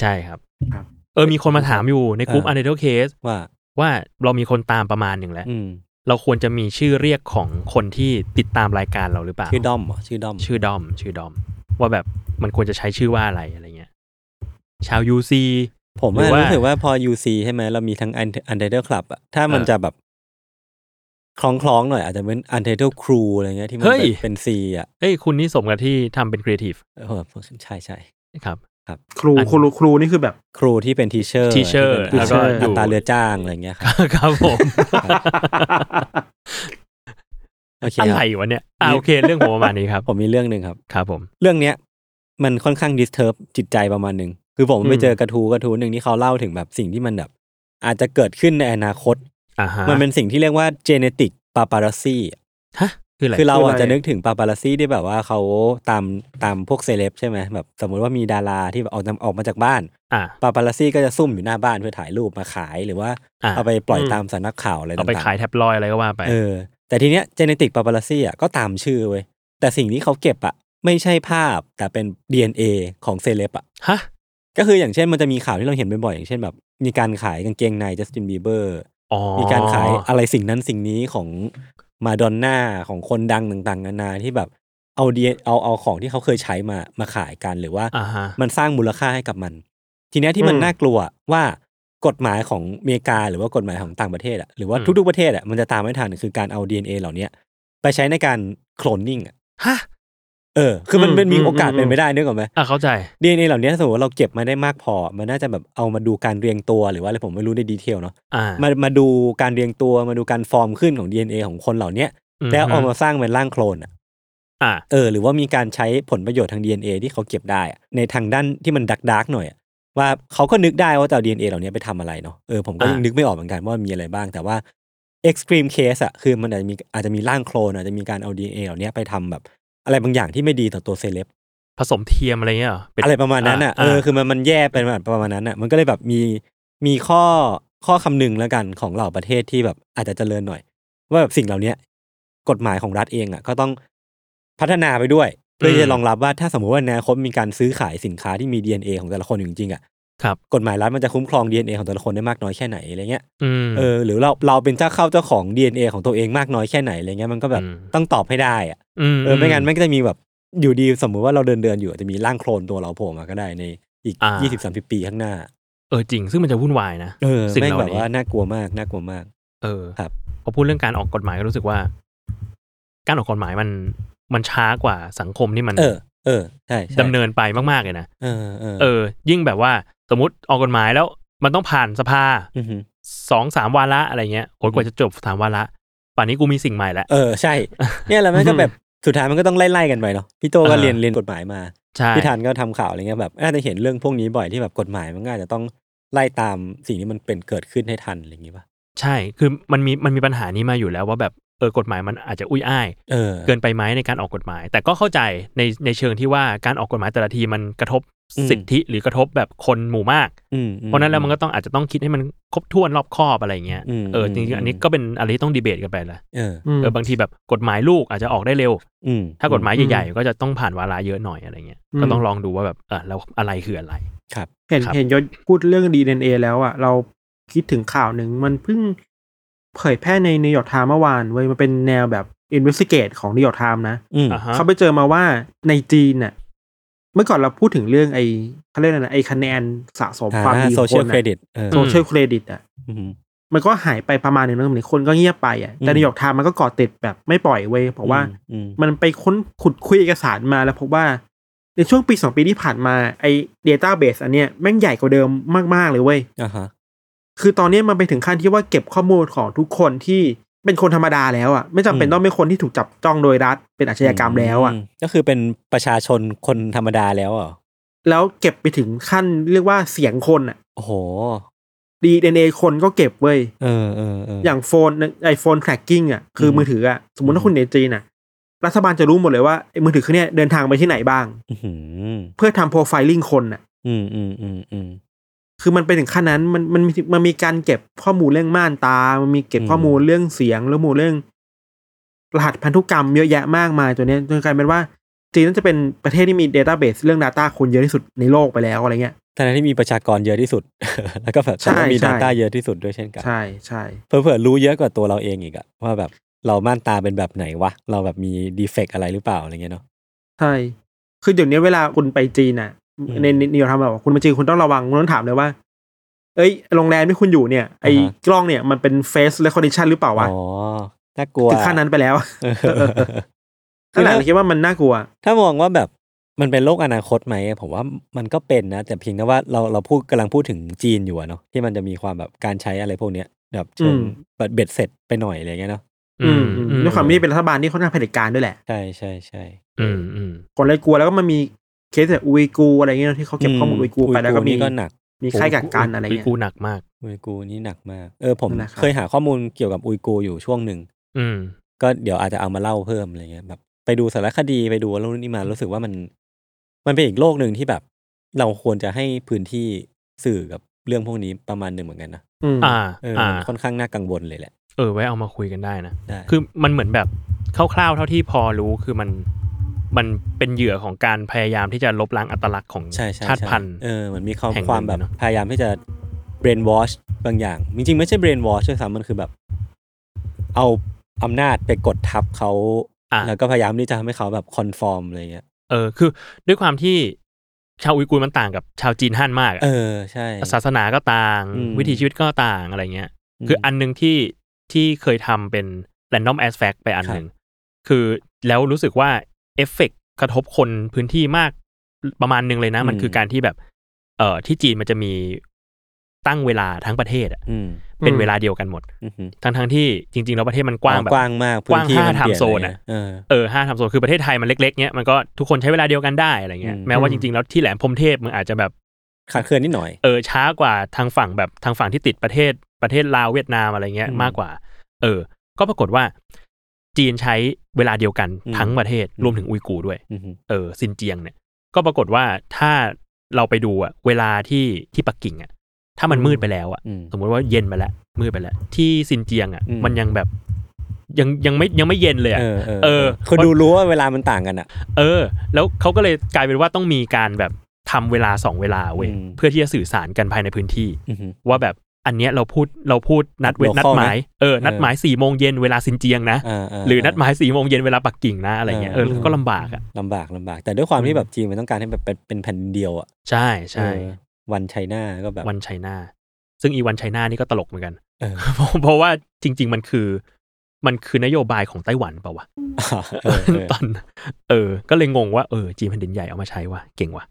Speaker 4: ใช่ครับ
Speaker 3: ครับ
Speaker 4: เออ มีคนมาถามอยู่ในกลุ่ม
Speaker 2: เออ
Speaker 4: u n d e r t a l Case
Speaker 2: ว่า
Speaker 4: ว่าเรามีคนตามประมาณหนึ่งแล้ว
Speaker 2: อืม
Speaker 4: เราควรจะมีชื่อเรียกของคนที่ติดตามรายการเราหรือเปล่า
Speaker 2: ชื่อด้อมเหรอชื่อด้อม
Speaker 4: ชื่อดอม ชื่อดอม ว่าแบบมันควรจะใช้ชื่อว่าอะไรอะไรเงี้ย ชาวยูซี
Speaker 2: ผม
Speaker 4: หรือ
Speaker 2: ว่า
Speaker 4: ว่า
Speaker 2: รู้สึกว่าพอ UC ใช่ไหมเรามีทั้ง Under- Undertale Club อะถ้ามัน
Speaker 4: เออ
Speaker 2: จะแบบคล้องคล้องๆหน่อย อาจจะเป็น Undertale Crew อะไรเงี้ยที่มัน
Speaker 4: เฮ้ย
Speaker 2: เป็นเป็น C อะ
Speaker 4: เอ้ยคุณนี่สมกับที่ทำเป็นครีเอทีฟ
Speaker 2: เออใช่ใช่
Speaker 4: ครับ
Speaker 3: ครู
Speaker 4: อัน
Speaker 3: ครูครูนี่คือแบบ
Speaker 2: ครูที่เป็น Teacher
Speaker 4: Teacher
Speaker 2: ที่เป็น
Speaker 3: แล้วก็
Speaker 2: อัตรา
Speaker 4: อยู่
Speaker 2: เรือจ้างอะไรเงี้ยครับ
Speaker 4: ครับผม
Speaker 2: โอเคค
Speaker 4: อะไร
Speaker 2: รับ
Speaker 4: วะเนี่ยอ่าโอเคเรื่องผมประมาณนี้ครับ
Speaker 2: ผมมีเรื่องหนึ่งครับ
Speaker 4: ครับผม
Speaker 2: เรื่องเนี้ย มันค่อนข้าง disturb จิตใจประมาณหนึ่งคือผมไป
Speaker 3: อืม
Speaker 2: เจอกระทู้กระทู้หนึ่งที่เขาเล่าถึงแบบสิ่งที่มันแบบอาจจะเกิดขึ้นในอนาคต
Speaker 4: อ่าฮะ
Speaker 2: มันเป็นสิ่งที่เรียกว่า genetic paparazzi
Speaker 4: ฮะคืออะไร
Speaker 2: คือเรา
Speaker 3: คือ
Speaker 2: อาจ
Speaker 3: อะไร
Speaker 2: จะนึกถึงปาปารัสซี่ที่แบบว่าเขาตามตามพวกเซเลบใช่ไหมแบบสมมติว่ามีดาราที่แบบออกนำออกมาจากบ้าน
Speaker 4: อ่า
Speaker 2: ปาปารัสซี่ก็จะซุ่มอยู่หน้าบ้านเพื่อถ่ายรูปมาขาย หรือว่า
Speaker 4: อ่า
Speaker 2: เอาไปปล่อย
Speaker 3: อืม
Speaker 2: ตามสำนักข่าวอะไรต่า
Speaker 4: เอา
Speaker 2: งๆ
Speaker 4: ไปขายแท็บลอยด์อะไรก็ว่าไป
Speaker 2: เออแต่ทีเนี้ยเจเนติกปาปารัสซี่อ่ะก็ตามชื่อเว้ยแต่สิ่งที่เขาเก็บอ่ะไม่ใช่ภาพแต่เป็น DNA ของเซเลบอ่ะ
Speaker 4: ฮะ
Speaker 2: ก็คืออย่างเช่นมันจะมีข่าวที่เราเห็นบ่อยๆอย่างเช่นแบบ มีการขายกางเกงในจัสตินบีเบอร์
Speaker 4: อ๋อ
Speaker 2: มีการขายอะไรสิ่งนั้นสิ่งนี้ของมาดอนน่าของคนดังต่างๆนานาที่แบบเอาเดียเอาเอาของที่เขาเคยใช้มามาขายกันหรือว่า
Speaker 4: อ่าฮะ
Speaker 2: มันสร้างมูลค่าให้กับมัน ทีเนี้ยที่มัน
Speaker 3: อืม
Speaker 2: น่ากลัวว่า กฎหมายของอเมริกาหรือว่ากฎหมายของต่างประเทศอะหรือว่า
Speaker 4: อืม
Speaker 2: ทุกๆประเทศอะมันจะตามไม่ทันคือการเอา DNA เหล่าเนี้ยไปใช้ในการโคลนนิ่งอะ
Speaker 4: ฮะ
Speaker 2: เออคือมัน
Speaker 3: อืม
Speaker 2: มันมี
Speaker 3: อืม
Speaker 2: โอกาส
Speaker 3: อืม
Speaker 2: เป็นไม่ได้นึกออกไหม
Speaker 4: อ่ะเข้าใจ
Speaker 2: DNA เหล่าเนี้ยถ้าสมมติว่าเราเก็บมาได้มากพอ มันน่าจะแบบเอามาดูการเรียงตัวหรือว่าอะไรผมไม่รู้ในดีเทลเนาะ
Speaker 4: อ่า
Speaker 2: มามาดูการเรียงตัวมาดูการฟอร์มขึ้นของ DNA ของคนเหล่าเนี้ย
Speaker 4: ม
Speaker 2: แล้วเอามาสร้างเป็นร่างโคลนอะ
Speaker 4: อ่า
Speaker 2: เออหรือว่ามีการใช้ผลประโยชน์ทาง DNA ที่เขาเก็บได้อะในทางด้านที่มันดักดักๆหน่อยอะว่าเขาก็นึกได้ว่าจะเอา DNA เหล่านี้ไปทำอะไรเนาะเออผมก็ยัง
Speaker 4: อ่านึ
Speaker 2: นึกไม่ออกเหมือนกันว่ามีอะไรบ้าง แต่ว่า extreme case อะคือมันอาจจะมีอาจจะมีร่างโคลนอาจจะมีการเอา DNA เหล่านี้ไปทำแบบ อะไรบางอย่างที่ไม่ดีต่อตัวเซเลบ
Speaker 4: ผสมเทียมอะไรเงี้ยเหรอเป็
Speaker 2: อะไรประมาณนั้นอะ
Speaker 4: อ่า
Speaker 2: เออคือมันมันแย่เป็นแบบประมาณนั้นอะมันก็เลยแบบมีมีข้อข้อคำนึงแล้วกันของเหล่าประเทศที่แบบอาจจะเจริญหน่อย ว่าแบบสิ่งเหล่าเนี้ยกฎหมายของรัฐเองอ่ะก็ต้องพัฒนาไปด้วย เพื่อ
Speaker 4: อืม
Speaker 2: ที่จะรองรับว่าถ้าสมมติว่าในอนาคตมีการซื้อขายสินค้าที่มี DNA ของแต่ละคนอยู่จริงๆอ่ะ
Speaker 4: ครับ
Speaker 2: กฎหมายรัฐมันจะคุ้มครอง DNA ของแต่ละคนได้มากน้อยแค่ไหนอะไรเงี้ย
Speaker 4: อืม
Speaker 2: เออหรือเราเราเป็นเจ้าเข้าเจ้าของ DNA ของตัวเองมากน้อยแค่ไหนอะไรเงี้ยมันก็แบบ
Speaker 4: อืม
Speaker 2: ต้องตอบให้ได้อ่ะ
Speaker 4: ม
Speaker 2: เออไม่งั้นมันก็จะมีแบบอยู่ดีสมมุติว่าเราเดินเดินๆอยู่อาจจะมีร่างโคลนตัวเราโผล่มาก็ได้ในอีก
Speaker 4: อ่า
Speaker 2: ยี่สิบสามสิบปีข้างหน้า
Speaker 4: เออจริง ซึ่งมันจะวุ่นวายนะ
Speaker 2: เออ
Speaker 4: สิ่ง
Speaker 2: แม่ง
Speaker 4: เห
Speaker 2: แบ
Speaker 4: ล่า
Speaker 2: บ
Speaker 4: นี้
Speaker 2: ว่าน่ากลัวมากน่ากลัวมาก
Speaker 4: เออ
Speaker 2: ครับ
Speaker 4: พอพูดเรื่องการออกกฎหมายก็รู้สึกว่า การออกกฎหมายมันมันช้ากว่าสังคมที่มัน
Speaker 2: เออ เออใช่ใช่
Speaker 4: ดำเนินไปมากๆเลยนะ
Speaker 2: เออเออ
Speaker 4: เออ ยิ่งแบบว่าสมมติออกกฎหมายแล้ว มันต้องผ่านสภา
Speaker 2: อหือ
Speaker 4: สองสามวาระอะไรเงี้ยโอ้ยกว่าจะจบสามวาระป่านนี้กูมีสิ่งใหม่แล้ว
Speaker 2: เออใช่ เนี่ยแหละมันก็แบบสุดท้ายมันก็ต้องไล่ๆกันไปเนาะพี่โตก็
Speaker 4: อ่า
Speaker 2: เรียนเรียนกฎหมายมา
Speaker 4: ใช่
Speaker 2: พี่ธันก็ทำข่าวอะไรเงี้ยแบบน่าจะเห็นเรื่องพวกนี้บ่อยที่แบบกฎหมายมันก็อาจจะต้องไล่ตามสิ่งที่มันเป็นเกิดขึ้นให้ทันอะไรอย่างงี้ป่ะ
Speaker 4: ใช่ คือมันมีมันมีปัญหานี้มาอยู่แล้วว่าแบบเออกฎหมายมันอาจจะอุ้ยอ้าย
Speaker 2: เออ
Speaker 4: เกินไปไหมในการออกกฎหมาย แต่ก็เข้าใจในในเชิงที่ว่าการออกกฎหมายแต่ละทีมันกระทบ
Speaker 2: อืม
Speaker 4: สิทธิหรือกระทบแบบคนหมู่มาก
Speaker 2: อืม
Speaker 4: เพราะฉะนั้นแล้วมันก็ต้องอาจจะต้องคิดให้มันครบถ้วนรอบคอบอะไรอย่างเงี้ย
Speaker 2: อืม
Speaker 4: เอออ
Speaker 2: ม
Speaker 4: จริ
Speaker 2: อื
Speaker 4: ง
Speaker 2: ม
Speaker 4: ๆอันนี้ก็เป็นอะไรที่ต้องดีเบตกันไปละ
Speaker 2: เออ
Speaker 3: ม
Speaker 4: เออบางทีแบบกฎหมายลูกอาจจะออกได้เร็ว
Speaker 2: อืม
Speaker 4: ถ้ากฎหมาย
Speaker 3: อืม
Speaker 4: ใหญ่ๆ ก็จะต้องผ่านวาระเยอะหน่อยอะไรเงี้ย
Speaker 3: อืม
Speaker 4: ก็ต้องลองดูว่าแบบเออแล้วอะไรคืออะไร
Speaker 3: เห็น
Speaker 4: ครับ
Speaker 3: เห็นยศพูดเรื่องดีเอนเอแล้วอ่ะเราคิดถึงข่าวหนึ่งมันเพิ่งเผยแพร่ในนิวยอร์กไทม์เมื่อวานเว้ยมันเป็นแนวแบบอินเวสติเกตของนิวยอร์กไทม์นะ
Speaker 2: อืม
Speaker 4: อ่าฮะ
Speaker 3: เขาไปเจอมาว่าในจีนน่ะเมื่อก่อนเราพูดถึงเรื่องไอ้เขาเรียกอะไรนะไอ้คะแนนสะสมความดี
Speaker 2: โซ
Speaker 3: ของ
Speaker 2: เชี
Speaker 3: ค
Speaker 2: ยล
Speaker 3: น
Speaker 2: เครดิตเออ
Speaker 3: โซเชียลเครดิตอ่ะ
Speaker 2: อืม
Speaker 3: มันก็หายไปประมาณหนึ่งแล้วเหมือนคนก็เงียบไปอ่ะแต่
Speaker 2: อืม
Speaker 3: นิวยอร์กไทม์มันก็เก่อติดแบบไม่ปล่อยเว้ยเพราะว่า
Speaker 2: อืม
Speaker 3: มันไปค้นขุดคุยเอกสารมาแล้วพบว่า ในช่วงปีสองปีที่ผ่านมาไอ้เดต้าเบสอันเนี้ยแม่งใหญ่กว่าเดิมมาก ๆ เลยเว้ย
Speaker 2: อ่าฮะ
Speaker 3: คือตอนนี้มันไปถึงขั้นที่ว่าเก็บข้อมูลของทุกคนที่เป็นคนธรรมดาแล้วอ่ะไม่จำเป็นต้องเป็นคนที่ถูกจับจ้องโดยรัฐเป็นอาชญากรรมแล้วอ่ะ
Speaker 2: มก็คือเป็นประชาชนคนธรรมดาแล้วเหรอ่ะ
Speaker 3: แล้วเก็บไปถึงขั้นเรียกว่าเสียงคนอ่ะ
Speaker 2: โอ้โห
Speaker 3: ดีเอ็นเอคนก็เก็บเว้ย
Speaker 2: เออเออเออ
Speaker 3: อ
Speaker 2: อ
Speaker 3: ย่างโฟนไอโฟน tracking อ่ะคืออ
Speaker 2: ม
Speaker 3: มือถืออ่ะสมมติ
Speaker 2: อื
Speaker 3: ถ้าม คุณอยู่ในจีนอ่ะ รัฐบาลจะรู้หมดเลยว่าไอ้มือถือเครื่องเนี้ยเดินทางไปที่ไหนบ้าง
Speaker 2: อื้อหือ
Speaker 3: เพื่อทำโปรไฟลิงคนอ่ะ
Speaker 2: อืมอืมอืมอืม
Speaker 3: คือมันไปถึงขั้นนั้นมันมันมีมันมีการเก็บข้อมูลเรื่องม่านตา มันมีเก็บ
Speaker 2: อืม
Speaker 3: ข้อมูลเรื่องเสียงแล้วมูลเรื่อง รหัสพันธุกรรมเยอะแยะมากมายตัวเนี้ยจนกลายเป็นว่าจีนน่าจะเป็นประเทศที่มี Database เรื่อง Data คนเยอะที่สุดในโลกไปแล้วอะไรเงี้ย
Speaker 2: ทั้งๆที่มีประชากรเยอะที่สุด แล้วก็แบบแต่
Speaker 3: ใช่
Speaker 2: ว่ามี
Speaker 3: ใช่
Speaker 2: Data เยอะที่สุดด้วยเช่นกัน
Speaker 3: ใช่ใช่
Speaker 2: เผื่อๆรู้เยอะกว่าตัวเราเองอีกอะว่าแบบเราม่านตาเป็นแบบไหนวะ เราแบบมีดีเฟกอะไรหรือเปล่าอะไรเงี้ยเนาะ
Speaker 3: ใช่ คือเดี๋ยวนี้เวลาคุณไปจีนน่ะ
Speaker 2: อืม
Speaker 3: ในในนิยมทำแบบว่าคุณไปจีนคุณต้องระวังคุณต้องถามเลยว่า เอ้ยโรงแรมที่คุณอยู่เนี่ย ไอ้
Speaker 2: อ่าฮะ
Speaker 3: กล้องเนี่ยมันเป็นเฟส e c คอ n ดิชันหรือเปล่าวะ
Speaker 2: อ๋อน่ากลัว
Speaker 3: ถึงขั้นนั้นไปแล้ว
Speaker 2: เออ
Speaker 3: ข นาดคิดว่ามันน่ากลัว
Speaker 2: ถ้ามองว่าแบบมันเป็นโลกอนาคตไหมผมว่ามันก็เป็นนะ แต่เพียงแต่ว่าเราเราพูดกำลังพูดถึงจีนอยู่อะเนาะที่มันจะมีความแบบการใช้อะไรพวกเนี้ยแบบเชิง
Speaker 3: อืม
Speaker 2: แบบเบ็ดเสร็จไปหน่อยอะไรเงี้ยเนาะ
Speaker 3: อืมอืมด้วยความที่เป็นรัฐบาลที่ค่อนข้างเผด็จการด้วยแหละ
Speaker 2: ใช่ใช่ใช่
Speaker 4: อืมอืม
Speaker 3: คนเลยกลัวแล้วก็มันมีเคสแบบอุยกูร์อะไรเงี้ยที่เขาเก็บข้อมูลอุยกูร์ไปแล้วก็มี
Speaker 2: นี่ก็หนัก
Speaker 3: มีค่ายกักกันอะไร
Speaker 4: วิ
Speaker 3: เงี้ย
Speaker 4: กูหนักมาก
Speaker 2: อุยกูร์นี่หนักมาก เออผม
Speaker 3: นั่นแหละครับ
Speaker 2: เคยหาข้อมูลเกี่ยวกับอุยกูร์อยู่ช่วงหนึ่ง
Speaker 4: อืม
Speaker 2: ก็เดี๋ยวอาจจะเอามาเล่าเพิ่มอะไรเงี้ยแบบไปดูสารคดีไปดูแล้วนี่มารู้สึกว่ามัน มันเป็นอีกโลกหนึ่งที่แบบ เราควรจะให้พื้นที่สื่อกับเรื่องพวกนี้ประมาณหนึ่งเหมือนกันนะ
Speaker 3: อืม
Speaker 4: อ่า
Speaker 2: เออ
Speaker 4: อ่า
Speaker 2: มันค่อนข้างน่ากังวลเลยแหละ
Speaker 4: เออไว้เอามาคุยกันได้นะ
Speaker 2: ได้
Speaker 4: คือมันเหมือนแบบคร่าวๆเท่าที่พอรู้คือมันมันเป็นเหยื่อของการพยายามที่จะลบล้างอัตลักษณ์ของ
Speaker 2: ใช่ใช่
Speaker 4: ชาติ
Speaker 2: ใช่
Speaker 4: พันธุ์
Speaker 2: เออเหมันมีความ
Speaker 4: แห่งหนึ่ง
Speaker 2: ความแบบ
Speaker 4: เนอะ
Speaker 2: พยายามที่จะ brainwash บางอย่าง จริงๆ ไม่ใช่ brainwash ด้วยซ้ำมันคือแบบ เอาอำนาจไปกดทับเขา
Speaker 4: อ่ะ
Speaker 2: แล้วก็พยายามที่จะทำให้เขาแบบ conform อะไรเงี้ย
Speaker 4: เออคือด้วยความที่ ชาวอุยกูร์มันต่างกับชาวจีนฮั่นมากอะ
Speaker 2: เออใช่
Speaker 4: ศาสนาก็ต่าง
Speaker 2: อืม
Speaker 4: วิถีชีวิตก็ต่างอะไรเงี้ย คืออันหนึ่งที่ที่เคยทำเป็น random as fact ไปอันหนึ่ง คือแล้วรู้สึกว่าเอฟเฟกกระทบคนพื้นที่มากประมาณหนึงเลยนะ มัน
Speaker 2: อืม
Speaker 4: คือการที่แบบเอ่อที่จีนมันจะมีตั้งเวลาทั้งประเทศอะ
Speaker 2: อืม
Speaker 4: เป็น
Speaker 3: อืม
Speaker 4: เวลาเดียวกันหมด
Speaker 2: อืมอืม
Speaker 4: ทั้งทั้งๆที่จริง ๆ แล้วประเทศมันกว้างแบบ
Speaker 2: กว้างมาก
Speaker 4: กว้าง
Speaker 2: พื้นที่
Speaker 4: ห้าน
Speaker 2: เปลี่ย
Speaker 4: ไทม์โซน
Speaker 2: อไร
Speaker 4: อะ
Speaker 2: เงี้ยเออ
Speaker 4: เออห้าทำโซนคือประเทศไทยมันเล็กๆเนี้ยมันก็ทุกคนใช้เวลาเดียวกันได้อะไรเงี้ย
Speaker 2: อืม
Speaker 4: แม้ว่าจริงๆแล้วที่แหลมพรหมเทพมึงอาจจะแบบ
Speaker 2: ขาดเคลื่อนนิดหน่อย
Speaker 4: เออช้ากว่าทางฝั่งแบบทางฝั่งที่ติดประเทศประเทศลาวเวียดนามอะไรเงี้ย
Speaker 2: อืม
Speaker 4: มากกว่า เออ ก็ปรากฏว่า จีนใช้เวลาเดียวกัน
Speaker 2: อืม
Speaker 4: ทั้งประเทศ
Speaker 2: อืม
Speaker 4: รวมถึงอุยกูร์ด้วย
Speaker 2: อืมอืม
Speaker 4: เออซินเจียงเนี่ยก็ปรากฏว่าถ้าเราไปดูอะเวลาที่ที่ปักกิ่งอะถ้ามันมืดไปแล้วอะ
Speaker 2: อืม
Speaker 4: สมมติว่าเย็นไปแล้วมืดไปแล้ว ที่ซินเจียงอะ
Speaker 2: อืม
Speaker 4: มันยังแบบยังยังไม่ยังไม่เย็นเลยอะ
Speaker 2: เออเออ
Speaker 4: เออ
Speaker 2: คนดูรู้ว่าเวลามันต่างกันอ่ะ
Speaker 4: เออ แล้วเขาก็เลยกลายเป็นว่าต้องมีการแบบทำเวลาสองเวลาเว้ย
Speaker 2: อืม
Speaker 4: เพื่อที่จะสื่อสารกันภายในพื้นที่
Speaker 2: อืมอืม
Speaker 4: ว่าแบบอันเนี้ยเราพูดเราพูดนัดเว
Speaker 2: Local
Speaker 4: นัดหมายเออนัดหมายสี่โมงเย็นเวลาซินเจียงนะ
Speaker 2: อ่าา
Speaker 4: หรือนัดหมายสี่โมงเย็นเวลาปักกิ่งนะอะไรเงี้ยเออ
Speaker 2: เออ
Speaker 4: ก็ลำบากอ่ะ
Speaker 2: ลำบากลำบาก แต่ด้วยความ
Speaker 4: อื
Speaker 2: ที่
Speaker 4: ม
Speaker 2: แบบจีนมันต้องการให้แบบเป็นเป็นแผ่นดินเดียวอ่ะ
Speaker 4: ใช่ใช่
Speaker 2: เออวันไชน่าก็แบบ
Speaker 4: วันไชน่าซึ่งอีวันไชน่านี่ก็ตลกเหมือนกัน
Speaker 2: เออ
Speaker 4: เพราะเพราะว่าจริง ๆ มันคือ มันคือนโยบายของไต้หวันเปล่าวะ
Speaker 2: เออเออ
Speaker 4: ตอนเออ ก็เลยงงว่าเออจีนแผ่นดินใหญ่เอามาใช้ว่ะเก่งว่ะ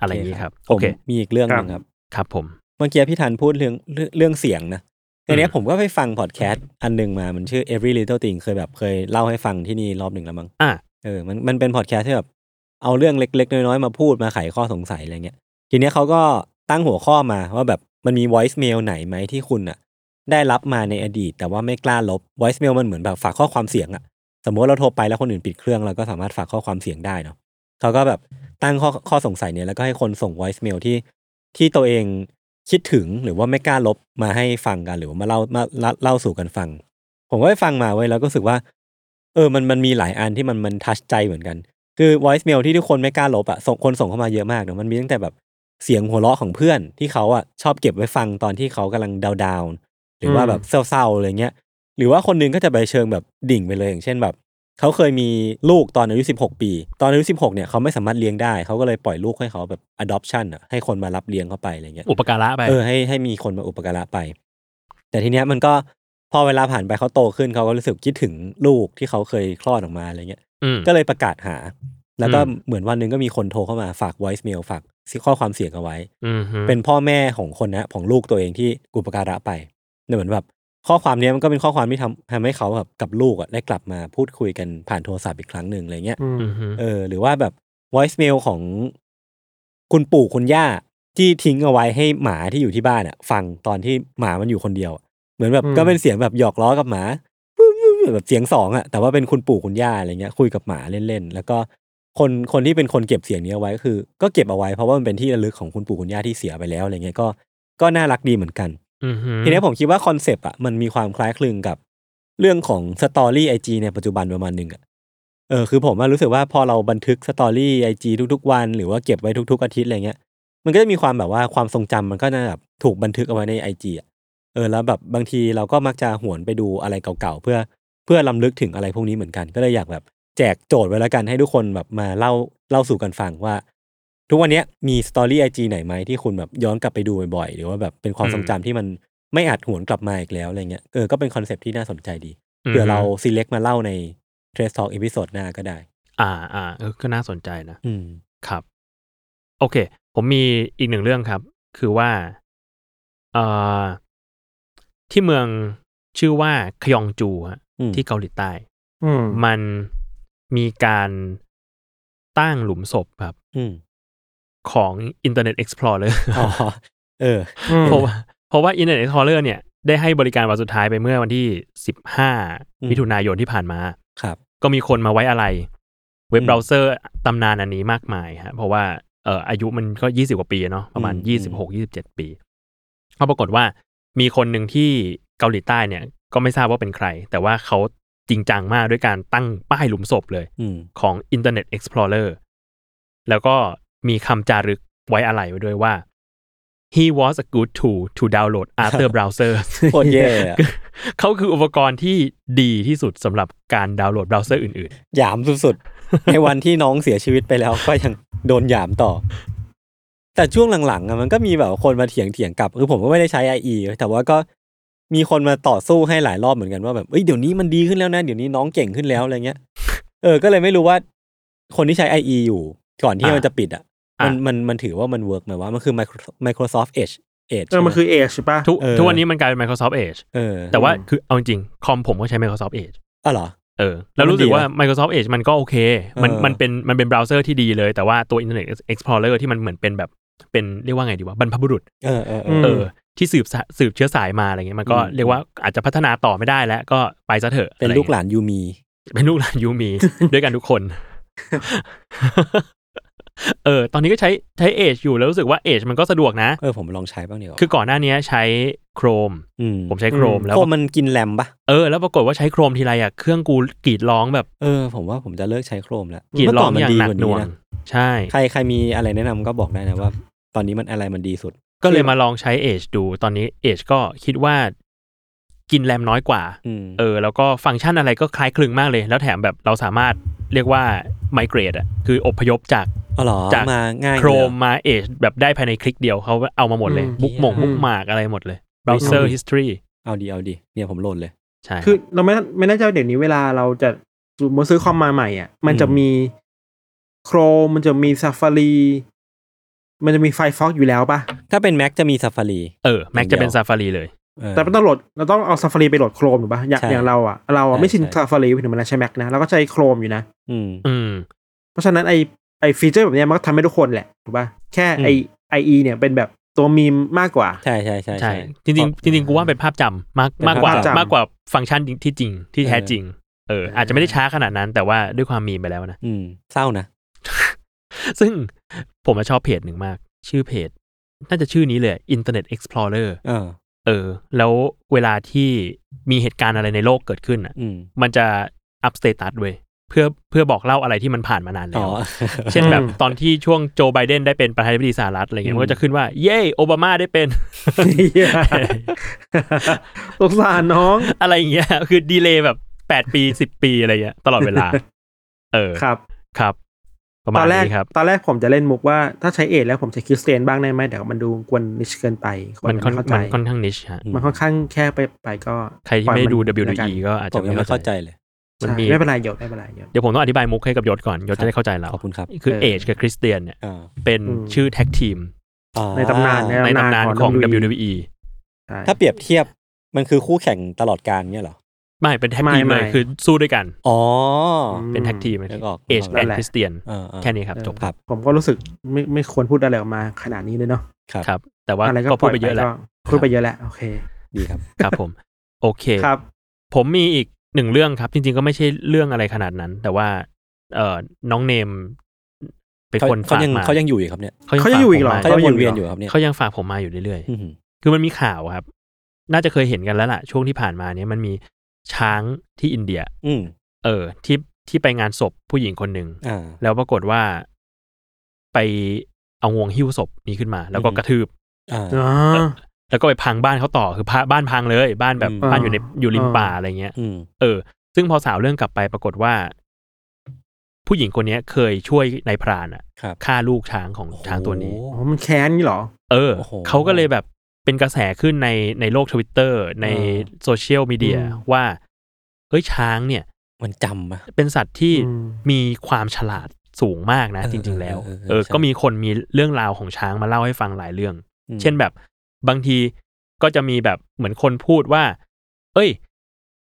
Speaker 4: อะไรอย่างนี้ครับ
Speaker 2: ผ
Speaker 4: โอ
Speaker 2: ม
Speaker 4: เค
Speaker 2: มีอีกเรื่องหนึงครับ
Speaker 4: ครับผม
Speaker 2: เมื่อกี้พี่ธันพูดเรื่องเรื่องเรื่องเสียงนะในเนี้ย
Speaker 4: อืม
Speaker 2: ผมก็ไปฟังพอดแคสต์อันหนึ่งมา มันชื่อ Every Little Thing เคยแบบเคยเล่าให้ฟังที่นี่รอบหนึ่งแล้วมั้ง
Speaker 4: อ่ะ
Speaker 2: เออ มัน มันเป็นพอดแคสต์ที่แบบ เอาเรื่องเล็ก ๆ น้อย ๆ มาพูดมาไขข้อสงสัยอะไรเงี้ย ทีเนี้ยเขาก็ตั้งหัวข้อมาว่าแบบ มันมี voice mail ไหนไหมที่คุณอะได้รับมาในอดีต แต่ว่าไม่กล้าลบ voice mail มันเหมือนแบบฝากข้อความเสียงอะสมมติเราโทรไปแล้วคนอื่นปิดเครื่องเราก็สามารถฝากข้อความเสียงได้เนาะเขาก็แบบตั้งข้อข้อสงสัยเนี่ยแล้วก็ให้คนส่ง voice mail ที่ที่ตัวเองคิดถึงหรือว่าไม่กล้าลบมาให้ฟังกันหรือว่ามาเล่ามาเล่าเล่าสู่กันฟัง ผมก็ไปฟังมาไว้ยแล้วก็รู้สึกว่า เออ มัน มันมีหลายอันที่มัน มันทัชใจเหมือนกัน คือ voice mail ที่ทุกคนไม่กล้าลบอะส่งคนส่งเข้ามาเยอะมากเนอะมันมีตั้งแต่แบบเสียงหัวเราะของเพื่อนที่เขาอะชอบเก็บไว้ฟังตอนที่เขากำลังดาวดาวๆหรือว่า
Speaker 3: อืม
Speaker 2: แบบเศร้าๆอะไรเงี้ย หรือว่าคนหนึงก็จะไปเชิงแบบดิ่งไปเลยอย่างเช่นแบบ เขาเคยมีลูกตอนอายุ 16 ปี ตอนอายุ 16 เนี่ยเขาไม่สามารถเลี้ยงได้ เขาก็เลยปล่อยลูกให้เขาแบบ adoption อะให้คนมารับเลี้ยงเขาไปอะไรเงี้ย
Speaker 4: อุปการะไป
Speaker 2: เออให้ให้มีคนมาอุปการะไป แต่ทีเนี้ยมันก็พอเวลาผ่านไปเขาโตขึ้นเขาก็รู้สึกคิดถึงลูกที่เขาเคยคลอดออกมาอะไรเงี้ย
Speaker 4: อืม
Speaker 2: ก็เลยประกาศหา แล้วก็
Speaker 4: อืม
Speaker 2: เหมือนวันหนึงก็มีคนโทรเข้ามาฝาก voice mail ฝากข้อความเสียงเอาไว้
Speaker 4: อืมฮึ
Speaker 2: เป็นพ่อแม่ของคนนะของลูกตัวเองที่อุปการะไปเนี่ยเหมือนแบบข้อความเนี้ยมันก็เป็นข้อความที่ทำทำให้เขาแบบกับลูกอะได้กลับมาพูดคุยกันผ่านโทรศัพท์อีกครั้งหนึ่งอะไรเงี้ย
Speaker 3: อืม
Speaker 4: อืมฮึ
Speaker 2: เออหรือว่าแบบ voice mail ของคุณปู่คุณย่าที่ทิ้งเอาไว้ให้หมาที่อยู่ที่บ้านอ่ะ ฟังตอนที่หมามันอยู่คนเดียวอะเหมือนแบบ
Speaker 3: อืม
Speaker 2: ก็เป็นเสียงแบบหยอกล้อกับหมาแบบเสียงสองอ่ะแต่ว่าเป็นคุณปู่คุณย่าอะไรเงี้ยคุยกับหมาเล่นๆแล้วก็คนคนที่เป็นคนเก็บเสียงนี้เอาไว้ก็คือ ก็เก็บเอาไว้เพราะว่ามันเป็นที่ระลึกของคุณปู่คุณย่าที่เสียไปแล้วอะไรเงี้ยก็ก็น่ารักดีเหมือนกัน
Speaker 4: อืมฮึ
Speaker 2: ทีเนี้ยผมคิดว่าคอนเซปต์อ่ะมันมีความคล้ายคลึงกับเรื่องของสตอรี่ไอจีในปัจจุบันประมาณหนึ่งอ่ะเออคือผมว่ารู้สึกว่าพอเราบันทึกสตอรี่ไอจีทุกๆ วัน หรือว่าเก็บไว้ทุกๆอาทิตย์อะไรเงี้ย มันก็จะมีความแบบว่าความทรงจำมันก็จะแบบถูกบันทึกเอาไว้ในไอจีอ่ะเออแล้วแบบบางทีเราก็มักจะหวนไปดูอะไรเก่าๆเพื่อเพื่อลํำลึกถึงอะไรพวกนี้เหมือนกัน ก็เลยอยากแบบแจกโจทย์ไว้แล้วกันให้ทุกคนแบบมาเล่าเล่าสู่กันฟังว่า ทุกวันเนี้ยมีสตอรี่ไอจีไหนไหมที่คุณแบบย้อนกลับไปดูบ่อยๆ หรือว่าแบบเป็นความทรงจำที่มันไม่อาจหวนกลับมาอีกแล้วอะไรเงี้ยเออก็เป็นคอนเซปต์ที่น่าสนใจดีเผื่อเรา select มาเล่าใน Trace Talk อีพิโซดหน้าก็ได้
Speaker 4: อ่าอ่าเออก็น่าสนใจนะ
Speaker 2: อืม
Speaker 4: ครับ โอเค ผมมีอีกหนึ่งเรื่องครับ คือว่าเอ่อที่เมืองชื่อว่าคยองจูฮะ
Speaker 2: อืม
Speaker 4: ที่เกาหลีใต้
Speaker 3: อืม
Speaker 4: มันมีการตั้งหลุมศพครับ
Speaker 2: อืม
Speaker 4: ของ Internet Explorer
Speaker 2: อ๋อเออ
Speaker 4: เพราะว่าเพราะว่า Internet Explorer เนี่ยได้ให้บริการวันสุดท้ายไปเมื่อวันที่
Speaker 2: อืม
Speaker 4: 15 มิถุนายนที่ผ่านมา
Speaker 2: ครับ
Speaker 4: ก็มีคนมาไว้อะไร เว็บ
Speaker 2: อืม
Speaker 4: เบราว์เซอร์ตำนานอันนี้มากมายฮะเพราะว่าเอ่ออายุมันก็ยี่สิบกว่าปีเนาะประมาณ
Speaker 2: อืม
Speaker 4: ยี่สิบหกยี่สิบเจ็ดปีก็ปรากฏว่ามีคนหนึ่งที่เกาหลีใต้เนี่ย ก็ไม่ทราบว่าเป็นใคร แต่ว่าเขาจริงจังมากด้วยการตั้งป้ายหลุมศพเลย
Speaker 2: อืม
Speaker 4: ของ Internet Explorer แล้วก็มีคำจารึกไว้อะไรไว้ด้วยว่า he was a good tool to download after browser
Speaker 2: โคตรแย่อะ
Speaker 4: คือ เขาคืออุปกรณ์ที่ดีที่สุดสำหรับการดาวน์โหลดเบราว์เซอร์อื่น
Speaker 2: หยามสุดๆ ในวันที่น้องเสียชีวิตไปแล้วก็ยังโดนหยามต่อ
Speaker 4: ๆ
Speaker 2: แต่ช่วงหลังๆอะมันก็มีแบบคนมาเถียงเถียงกลับคือผมก็ไม่ได้ใช้ IE แต่ว่าก็มีคนมาต่อสู้ให้หลายรอบเหมือนกันว่าแบบเอ้ยเดี๋ยวนี้มันดีขึ้นแล้วนะ เดี๋ยวนี้น้องเก่งขึ้นแล้วอะไรเงี้ย เออ ก็เลยไม่รู้ว่า คนที่ใช้ IE อยู่ ก่อนที่
Speaker 4: อ่ะ
Speaker 2: มันจะปิดอ่ะ มัน
Speaker 4: อ่ะ
Speaker 2: มันมันถือว่ามันเวิร์กไหมว่ามันคือ Micro- Microsoft Edge Edge
Speaker 3: เออมันคือเอชป่ะ
Speaker 4: ทุก
Speaker 2: เออ
Speaker 4: ทุกวันนี้มันกลายเป็น Microsoft Edge
Speaker 2: เออ
Speaker 4: แต่ว่า
Speaker 3: อืม
Speaker 4: คือเอาจริงๆคอมผมก็ใช้ Microsoft Edge
Speaker 2: อ๋อเหรอ
Speaker 4: เออแล้วรู้สึกว่า
Speaker 2: มันดีนะ
Speaker 4: Microsoft Edge มันก็โอเค มัน
Speaker 2: เออ
Speaker 4: มันเป็นมันเป็นเบราว์เซอร์ที่ดีเลย แต่ว่าตัว Internet Explorer ที่มันเหมือนเป็นแบบเป็นเรียกว่าไงดีวะบรรพบุรุษ
Speaker 2: เออเออเอ
Speaker 3: อื
Speaker 2: อ
Speaker 3: ม
Speaker 4: เออที่สืบสะสืบเชื้อสายมาอะไรเงี้ยมันก็
Speaker 2: อืม
Speaker 4: เรียกว่าอาจจะพัฒนาต่อไม่ได้แล้วก็ไปซะเถอะ
Speaker 2: เป็น
Speaker 4: อะไร
Speaker 2: ลูกห
Speaker 4: เงี้ย
Speaker 2: ลานยูมี
Speaker 4: เป็นลูกหลานยูมี ด้วยกันทุกคน เออ ตอนนี้ก็ใช้ใช้เอชอยู่แล้วรู้สึกว่าเอชมันก็สะดวกนะ
Speaker 2: เออผมลองใช้บ้างเดี๋ยวา
Speaker 4: คือก่อนหน้านี้ใช้ Chrome
Speaker 2: อืม
Speaker 4: ผมใช้ Chrome แล้ว
Speaker 2: โคมันกินแรมปะ
Speaker 4: เออแล้วปรากฏว่าใช้ Chrome ทีไรอะเครื่องกูกรีดร้องแบบ
Speaker 2: เออผมว่าผมจะเลิกใช้โครมแล้ว
Speaker 4: กรีด
Speaker 2: เมื่
Speaker 4: ร้
Speaker 2: ก่
Speaker 4: อน ง
Speaker 2: มั
Speaker 4: อย่าง
Speaker 2: ดี
Speaker 4: หนั
Speaker 2: ก
Speaker 4: ก
Speaker 2: ว่า
Speaker 4: หน่
Speaker 2: นี้
Speaker 4: วง
Speaker 2: นะ
Speaker 4: ใช่
Speaker 2: ใครใครมีอะไรแนะนำก็บอกได้นะว่า ตอนนี้มันอะไรมันดีสุด
Speaker 4: ก็เลยมาลองใช้เอชดูตอนนี้เอชก็คิดว่ากินแรมน้อยกว่า
Speaker 2: อืม
Speaker 4: เออแล้วก็ฟังก์ชันอะไรก็คล้ายคลึงมากเลย แล้วแถมแบบเราสามารถเรียกว่าไมเกรดอ่ะคืออพยพจาก
Speaker 2: อ๋อเหรอ
Speaker 4: จาก
Speaker 2: มาง่าย
Speaker 4: โคร
Speaker 2: เลย
Speaker 4: ม
Speaker 2: เหอ
Speaker 4: มาเอชแบบได้ภายในคลิกเดียวเขาเอามาหมดเลย
Speaker 3: อืม
Speaker 4: บุกหมง
Speaker 2: อืม
Speaker 4: บุกหมากอะไรหมดเลย browser
Speaker 3: อืม
Speaker 4: history
Speaker 2: เอาดีเอาดีเนี่ยผมโหลดเลย
Speaker 4: ใช่
Speaker 3: คือเราไม่ไม่แน่ใจว่าเดี๋ยวนี้เวลาเราจะสมมติซื้อคอมมาใหม่อ่ะ มันจะ
Speaker 2: อืม
Speaker 3: มีโครมมันจะมี Safari มันจะมีไฟฟ็อกอยู่แล้วป่ะ
Speaker 2: ถ้าเป็น Mac จะมี Safari
Speaker 4: เออแม็กจะเป็น Safari เลย
Speaker 2: เออ
Speaker 3: แต่มันต้องโหลดเราต้องเอา Safari ไปโหลดโครมหรือป่ะอย่าง
Speaker 2: ใช่
Speaker 3: อย่างเราอ่ะ เราอ่ะ
Speaker 2: ใช่
Speaker 3: ไม่ชิน
Speaker 2: ใช่
Speaker 3: Safari ถึงมันใช้ Mac นะเราก็ใช้โครมอยู่นะ
Speaker 2: อืม
Speaker 4: อืม
Speaker 3: เพราะฉะนั้นไอไอฟีเจอร์แบบเนี้ยมันก็ทำให้ทุกคนแหละถูกป่ะแค่ไอไอเอเนี่ยเป็นแบบตัวมีมมากกว่า
Speaker 2: ใช่ใช่ใช่
Speaker 4: ใช่ จ
Speaker 2: เพ
Speaker 4: ริง
Speaker 2: ราะ
Speaker 4: ๆจริงๆกูว่าเป็นภาพจำมาก
Speaker 2: เป็น
Speaker 4: มากกว่า
Speaker 3: ภาพจำ
Speaker 4: มากกว่าฟังก์ชันที่จริงที่แท้
Speaker 2: เออ
Speaker 4: จริงเอออาจจะไม่ได้ช้าขนาดนั้น แต่ว่าด้วยความมีมไปแล้วนะ
Speaker 2: อืมเศร้านะ
Speaker 4: ซึ่งผมอะชอบเพจหนึ่งมาก ชื่อเพจ น่าจะชื่อนี้เลย Internet Explorer
Speaker 2: เออ
Speaker 4: เออ แล้วเวลาที่มีเหตุการณ์อะไรในโลกเกิดขึ้นอ่ะ
Speaker 2: อืม
Speaker 4: มันจะอัพสเตตัสเว้ยเพื่อเพื่อบอกเล่าอะไรที่มันผ่านมานานแล้
Speaker 2: อ๋อ
Speaker 4: ว เช่นแบบ
Speaker 3: อืม
Speaker 4: ตอนที่ช่วงโจไบเดนได้เป็นประธานาธิบดีสหรัฐอะไรเงี้
Speaker 2: อืม
Speaker 4: ยมันก็จะขึ้นว่า เย้โอบามาได้เป็น
Speaker 3: สงสารน้อง
Speaker 4: อะไรอย่างเงี้ย คือดีเลย์แบบ 8 ปี 10 ปีอะไรเงี้ยตลอดเวลา เออ
Speaker 3: ครับ
Speaker 4: ครับ ประมา
Speaker 3: ต
Speaker 4: ณ
Speaker 3: อนแรก
Speaker 4: นี้ครับ
Speaker 3: ตอนแรกผมจะเล่นมุกว่าถ้าใช้เอทแล้วผมใช้คริสเตียนบ้างได้ไหมเดี๋ยวมันดูกวนนิชเกินไปค
Speaker 4: มันค่อน
Speaker 3: ไเข้าใจ
Speaker 4: มันค่อนข้างนิชฮะ
Speaker 3: มันค่อนข้างแค่ไปไปก็
Speaker 4: ใครที่ไม่ได้ดู
Speaker 3: ปล่อยน
Speaker 4: WWE ก็อาจ
Speaker 2: ผ
Speaker 4: จะ
Speaker 2: มยัง
Speaker 4: ไม่
Speaker 2: ไม่เข้า
Speaker 4: เข้า
Speaker 2: ใจ
Speaker 4: ใจ
Speaker 2: เลย
Speaker 4: มัน
Speaker 3: ใช่
Speaker 4: มี
Speaker 3: ไม่เป็นไรหยดไม่เป็นไรหยด
Speaker 4: เดี๋ยวผมต้องอธิบายมุกให้กับยศก่อนยศจะได้เข้าใจเรา
Speaker 2: ขอบคุณครับ
Speaker 4: คือ
Speaker 3: เออ
Speaker 4: เอจกับคริสเตียนเนี่ย
Speaker 2: อ่า
Speaker 4: เป็น
Speaker 3: อืม
Speaker 4: ชื่อแท็กทีม
Speaker 2: อ่า
Speaker 3: ในตำนานนะ
Speaker 4: ในตำนานของ
Speaker 3: ของ WWE
Speaker 4: WWE
Speaker 3: ใช่
Speaker 2: ถ้าเปรียบเทียบมันคือคู่แข่งตลอดการเนี่ยเหรอ
Speaker 4: ไม่เป็นแท็กทีม
Speaker 3: ไม่
Speaker 4: เลย
Speaker 3: ไม่
Speaker 4: คือสู้ด้วยกัน
Speaker 2: อ๋อ
Speaker 4: เป็นแท็กทีม
Speaker 2: นึกออก
Speaker 4: เอช
Speaker 2: นึกออก
Speaker 4: แอน
Speaker 3: นั่นแหละ
Speaker 4: คริสเตียน
Speaker 2: เออเออ
Speaker 4: แค่นี้ครับ
Speaker 3: เออ
Speaker 4: จบครับ
Speaker 3: ผมก็รู้สึกไม่ไม่ควรพูดอะไรออกมาขนาดนี้เลยเนาะ
Speaker 2: ครับ
Speaker 4: ครับ แต่ว่า
Speaker 3: อะไรก็
Speaker 4: ก็
Speaker 3: ป
Speaker 4: พู
Speaker 3: ล่
Speaker 4: ดไปเยอะแล้ว
Speaker 3: ก็พูดไปเยอะแล้วโอเค
Speaker 2: ดีครับ
Speaker 4: ครับ ผม โอเค
Speaker 3: ครับ
Speaker 4: ผมมีอีกหนึ่งเรื่องครับ จริงๆก็ไม่ใช่เรื่องอะไรขนาดนั้น แต่ว่า เอ่อน้องเนม เป็นคน
Speaker 2: เขา
Speaker 4: ฝาก
Speaker 2: ยัง
Speaker 4: มา
Speaker 2: เขายังอยู่อีกครับเนี่ย
Speaker 3: เขายัง
Speaker 4: ฝ
Speaker 3: อยู่อีกเหรอ
Speaker 4: ผมมา
Speaker 2: เขายังวนเวียนอยู่ครับเนี่ย
Speaker 4: เขายังฝากผมมาอยู่เรื่อย
Speaker 2: อืม
Speaker 4: ๆคือมันมีข่าวครับ น่าจะเคยเห็นกันแล้วล่ะ ช่วงที่ผ่านมาเนี้ยมันมีช้างที่อินเดีย
Speaker 2: อืม
Speaker 4: เออ ที่ที่ไปงานศพผู้หญิงคนหนึ่ง
Speaker 2: อ่า
Speaker 4: แล้วปรากฏว่าไปเอางวงหิ้วศพนี้ขึ้นมา แล้วก็
Speaker 2: อือฮึ
Speaker 4: กระทืบ
Speaker 2: อ่า
Speaker 3: อ๋อ
Speaker 4: แล้วก็ไปพังบ้านเขาต่อคือพาบ้านพังเลย บ้านแบบ
Speaker 2: อืม
Speaker 4: บ้านอยู่ในอยู่ริม
Speaker 3: อ่า
Speaker 4: ป่าอะไรเงี้ย
Speaker 2: อืม
Speaker 4: เออ ซึ่งพอสาวเรื่องกลับไปปรากฏว่า ผู้หญิงคนเนี้ยเคยช่วยนายพรานอะ
Speaker 2: ครับ
Speaker 4: ฆ่าลูกช้างของช้างตัวนี้
Speaker 3: อ๋
Speaker 2: โอ้
Speaker 3: อ
Speaker 2: โห
Speaker 3: มันแค้นนี่เหรอ
Speaker 4: เออ
Speaker 2: โอ้โห
Speaker 4: เขาก็เลยแบบเป็นกระแสขึ้นในในโลกทวิตเตอร์ใน
Speaker 2: อ่า
Speaker 4: โซเชียลมีเดีย
Speaker 3: อืม
Speaker 4: ว่าเฮ้ยช้างเนี่ย
Speaker 2: มันจำอะ
Speaker 4: เป็นสัตว์ที่
Speaker 3: อืม
Speaker 4: มีความฉลาดสูงมากนะ
Speaker 2: เออ
Speaker 4: จริง ๆ แล้ว
Speaker 2: เออเออเออ
Speaker 4: เออ
Speaker 2: ใช่
Speaker 4: ก็มีคนมีเรื่องราวของช้างมาเล่าให้ฟังหลายเรื่อง
Speaker 2: อืม
Speaker 4: เช่นแบบบางทีก็จะมีแบบเหมือนคนพูดว่า เอ้ย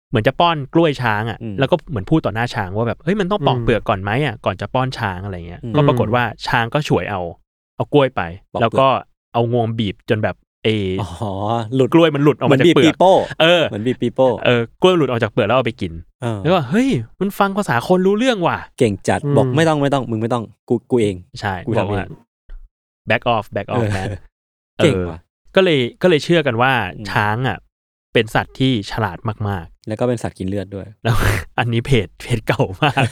Speaker 4: เหมือนจะป้อนกล้วยช้างอ่ะ แล้วก็เหมือนพูดต่อหน้าช้างว่าแบบเฮ้ยมันต้องปอก
Speaker 3: อืม
Speaker 4: เปลือกก่อนไหมอ่ะก่อนจะป้อนช้างอะไรเงี้ย
Speaker 2: อืม
Speaker 4: ก็ปรากฏว่าช้างก็ฉวยเอา เอากล้วยไป
Speaker 2: ปอกเปลือก
Speaker 4: แล้วก็เอางวงบีบจนแบบเอ
Speaker 2: อ๋อหลุด
Speaker 4: กล้วยมันหลุดออกมาจากเปลื
Speaker 2: ปี
Speaker 4: อก
Speaker 2: โป้
Speaker 4: เออ
Speaker 2: เหมือนบีปีโป้
Speaker 4: เออกล้วยหลุดออกจากเปลือกแล้วเอาไปกิน
Speaker 2: เออ
Speaker 4: แล้วก็เฮ้ยมันฟังภาษาคนรู้เรื่องว่ะ
Speaker 2: เก่งจัด
Speaker 3: อืม
Speaker 2: บอกไม่ต้องไม่ต้องมึงไม่ต้องกูกูเอง
Speaker 4: ใช่
Speaker 2: กู
Speaker 4: บ
Speaker 2: ทำ
Speaker 4: อกว่า
Speaker 2: เอง
Speaker 4: back off back off man
Speaker 2: เก่ง
Speaker 4: ออ
Speaker 2: ว่ะ
Speaker 4: ก็เลยก็เลยเชื่อกันว่า
Speaker 2: อืม
Speaker 4: ช้างอ่ะ เป็นสัตว์ที่ฉลาดมาก
Speaker 2: แล้วก็เป็นสัตว์กินเลือดด้วย
Speaker 4: ๆ แล้ว อันนี้เพจเพจเก่ามาก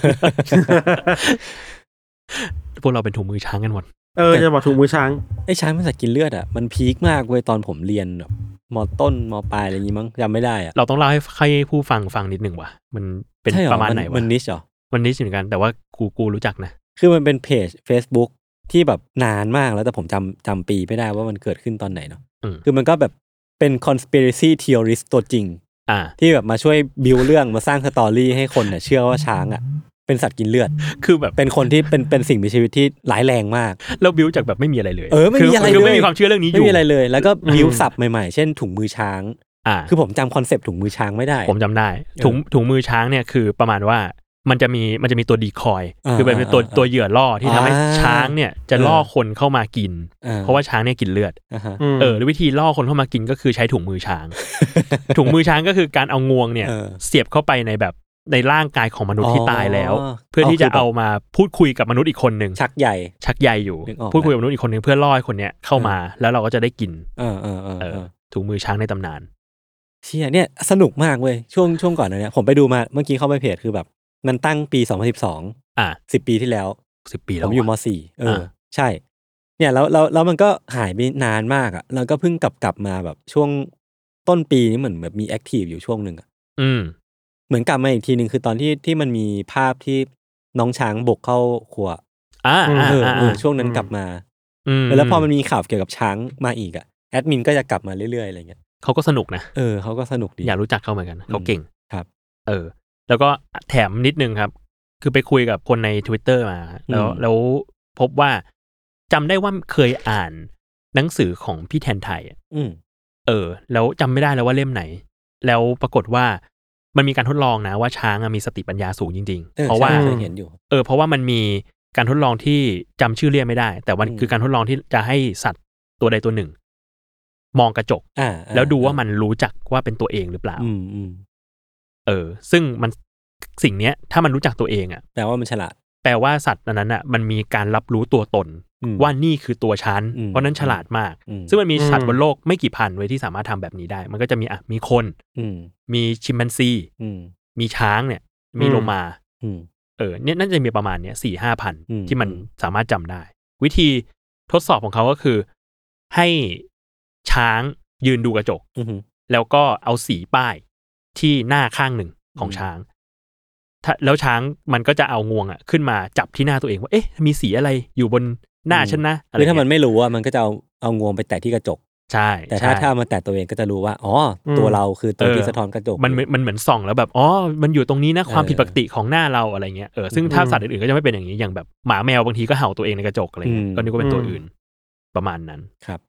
Speaker 4: พวกเราเป็นถุงมือช้างกันหมด
Speaker 3: เออจะบอกถูกมือช้าง
Speaker 2: ไอ้ช้างเป็นสัตว์กินเลือดอ่ะมันพีคมากเว้ยตอนผมเรียนแบบมต้นมปลายอะไรอย่างงี้มั้งจำไม่ได้อ่ะ
Speaker 4: เราต้องเล่าให้ให้ผู้ฟังฟังนิดหนึ่งว่ะ มันเป็น
Speaker 2: ใช่เอ
Speaker 4: ประมาณไหนวะ
Speaker 2: มันนิชเหรอ
Speaker 4: มันนิดเหมือนกันแต่ว่ากูกูรู้จักนะ
Speaker 2: คือมันเป็นเพจ Facebook ที่แบบนานมากแล้วแต่ผมจำจำปีไม่ได้ว่ามันเกิดขึ้นตอนไหนเนาะ
Speaker 4: อืม
Speaker 2: คือมันก็แบบเป็น conspiracy theorist ตัวจริง
Speaker 4: อ่า
Speaker 2: ที่แบบมาช่วยบิวเรื่องมาสร้างสตอรี่ให้คนเนี่ยเชื่อว่าช้างอ่ะเป็นสัตว์กินเลือด
Speaker 4: คือแบบ
Speaker 2: เป็นคนที่เป็นเป็นสิ่งมีชีวิตที่ร้ายแรงมาก
Speaker 4: เราบิวจากแบบไม่มีอะไรเลย
Speaker 2: เออไม่มีอะไร
Speaker 4: คืคือไม่
Speaker 2: เลย
Speaker 4: มีความเชื่อเรื่องนี้อ
Speaker 2: ไม่
Speaker 4: ยู่
Speaker 2: มีอะไรเลย แล้วก็บิว
Speaker 3: อืม
Speaker 2: สับใหม่ๆ เช่นถุงมือช้าง
Speaker 4: อ่า
Speaker 2: คือผมจำคอนเซปต์ถุงมือช้างไม่ได้
Speaker 4: ผมจำได้ถุงถุงมือช้างเนี่ยคือประมาณว่ามันจะมีมันจะมีตัวดีคอย
Speaker 2: อ่า
Speaker 4: คือเป็นตัว
Speaker 2: อ่าอ่า
Speaker 4: ตัวเหยื่อล่อที่ทำให้
Speaker 2: อ่า
Speaker 4: ช้างเนี่ยจะล่อคนเข้ามากิน
Speaker 2: อ่า
Speaker 4: เพราะว่าช้างเนี่ยกินเลือด
Speaker 2: อ่าฮะ
Speaker 3: ม
Speaker 4: เออแล้ววิธีล่อคนเข้ามากินก็คือใช้ถุงมือช้าง ถุงมือช้างก็คือการเอางวงเนี่ย
Speaker 2: เออ
Speaker 4: เสียบเข้าไปในแบบในร่างกายของมนุษย์ที่
Speaker 2: อ๋อ
Speaker 4: ตายแล้ว เพื่อที่จะ
Speaker 2: เอาคือแบบ
Speaker 4: เอามาพูดคุยกับมนุษย์อีกคนหนึ่ง
Speaker 2: ชักใหญ่
Speaker 4: ชักใยอยู่
Speaker 2: นึกออก
Speaker 4: พูดคุยกับมนุษย์อีกคนหนึ่งเพื่อล่อให้คนเนี้ยเข้ามาแล้วเราก็จะได้กิน
Speaker 2: เออเออเออ
Speaker 4: เออ
Speaker 2: เออ
Speaker 4: ถุงมือช้างในตำนาน
Speaker 2: เชี่ยเนี่ยสนุกมากเว้ยช่วงช่วงก่อนเนี่ยผมไปดูมาเมื่อกี้เข้าไปเพจคือแบบมันตั้งปี 2012
Speaker 4: อ่ะ
Speaker 2: 10 ปีที่แล้ว
Speaker 4: สิบปี
Speaker 2: ผ
Speaker 4: แล้ว
Speaker 2: มอยู่ม
Speaker 4: ว่ะ
Speaker 2: สี่เออ
Speaker 4: อ่า
Speaker 2: ใช่ เนี่ยแล้วแล้วแล้วมันก็หายไปนานมากอ่ะ แล้วก็เพิ่งกลับกลับมาแบบช่วงต้นปีนี้เหมือนแบบมีแอคทีฟอยู่ช่วงหนึ่งอะ
Speaker 4: อืม
Speaker 2: เหมือนกลับมาอีกทีหนึ่งคือตอนที่ที่มันมีภาพที่น้องช้างบุกเข้าครัว
Speaker 4: อ่า
Speaker 2: เอ
Speaker 4: อ่า
Speaker 2: อ
Speaker 4: อ่า
Speaker 2: เออช่วงนั้นกลับมา
Speaker 4: ม
Speaker 2: แล้วพอมันมีข่าวเกี่ยวกับช้างมาอีกอ่ะแอดมินก็จะกลับมาเรื่อยๆอะไรเงี้ย
Speaker 4: เขาก็สนุกนะ
Speaker 2: เออเขาก็สนุกดี
Speaker 4: อยากรู้จักเขาเหมือนกันนะ
Speaker 2: อืม
Speaker 4: เขาเก่ง
Speaker 2: ครับ
Speaker 4: เออ แล้วก็แถมนิดนึงครับ คือไปคุยกับคนใน Twitter มา แล้ว
Speaker 2: อืม
Speaker 4: แล้วพบว่าจำได้ว่าเคยอ่านหนังสือของพี่แทนไทยอะ
Speaker 2: อืม
Speaker 4: เออ แล้วจำไม่ได้แล้วว่าเล่มไหน แล้วปรากฏว่ามันมีการทดลองนะว่าช้างอะมีสติปัญญาสูงจริง
Speaker 2: ออ
Speaker 4: ๆเพราะว่า
Speaker 2: ใช่เคยเห็นอยู่
Speaker 4: เออเพราะว่ามันมีการทดลองที่จำชื่อเรียกไม่ได้ แต่มัน
Speaker 2: อืม
Speaker 4: คือการทดลองที่จะให้สัตว์ตัวใดตัวหนึ่ง มองกระจก
Speaker 2: อ่า
Speaker 4: แล้วดูว่ามันรู้จักว่าเป็นตัวเองหรือเปล่า
Speaker 2: อืมอืม
Speaker 4: เออ ซึ่งมันสิ่งเนี้ย ถ้ามันรู้จักตัวเองอะ่ะ
Speaker 2: แต่ว่ามันฉลาด
Speaker 4: แปลว่าสัตว์อันนั้นอะ่ะ มันมีการรับรู้ตัวตน
Speaker 2: อืม
Speaker 4: ว่านี่คือตัวฉัน
Speaker 2: อืม
Speaker 4: เพราะนั้นฉลาดมาก
Speaker 2: อืม
Speaker 4: ซึ่งมันมีสัตว์บนโลกไม่กี่พันไว้ยที่สามารถทำแบบนี้ได้ มันก็จะมีอ่ะ มีคน
Speaker 2: อืม
Speaker 4: มีชิมแปนซี
Speaker 2: อืม
Speaker 4: มีช้างเนี่ย มี
Speaker 3: อืม
Speaker 4: โลมา
Speaker 2: อืม
Speaker 4: เออ เนี่ยน่าจะมีประมาณเนี้ยสี่ห้าพัน
Speaker 2: อืม
Speaker 4: ที่มัน
Speaker 2: อืม
Speaker 4: สามารถจำได้ วิธีทดสอบของเขาก็คือ ให้ช้างยืนดูกระจก
Speaker 2: อืม
Speaker 4: แล้วก็เอาสีป้ายที่หน้าข้างหนึ่งของ
Speaker 2: อืม
Speaker 4: ช้างถ้าแล้วช้างมันก็จะเอางวงอ่ะขึ้นมาจับที่หน้าตัวเองว่า เอ๊ะ มีสีอะไรอยู่บนหน้าฉันนะอะไร
Speaker 2: คือถ้ามัน
Speaker 4: เงี้ย
Speaker 2: ไม่รู้ว่ามันก็จะเอาเอางวงไปแตะที่กระจก
Speaker 4: ใช่
Speaker 2: แต่ถ้า
Speaker 4: ใช่
Speaker 2: ถ้าเอามาแตะตัวเองก็จะรู้ว่าอ๋ออ
Speaker 3: ม
Speaker 2: ตัวเราคือตัว
Speaker 4: เออ
Speaker 2: ที่สะท้อนกระจก
Speaker 4: มันเหมือนมันเหมือนส่องแล้วแบบอ๋อมันอยู่ตรงนี้นะความ
Speaker 2: เออ
Speaker 4: ผิดปกติของหน้าเราอะไรเงี้ยเออซึ่ง
Speaker 2: อืม
Speaker 4: ถ้าสัตว์อื่นๆก็จะไม่เป็นอย่างนี้อย่างแบบหมาแมวบางทีก็เห่าตัวเองในกระจกอะไรเงี้ย
Speaker 2: อืม
Speaker 4: ก็นึกว่าเป็นตัว
Speaker 3: อืม
Speaker 4: อื่น ประมาณนั้น
Speaker 2: ครับ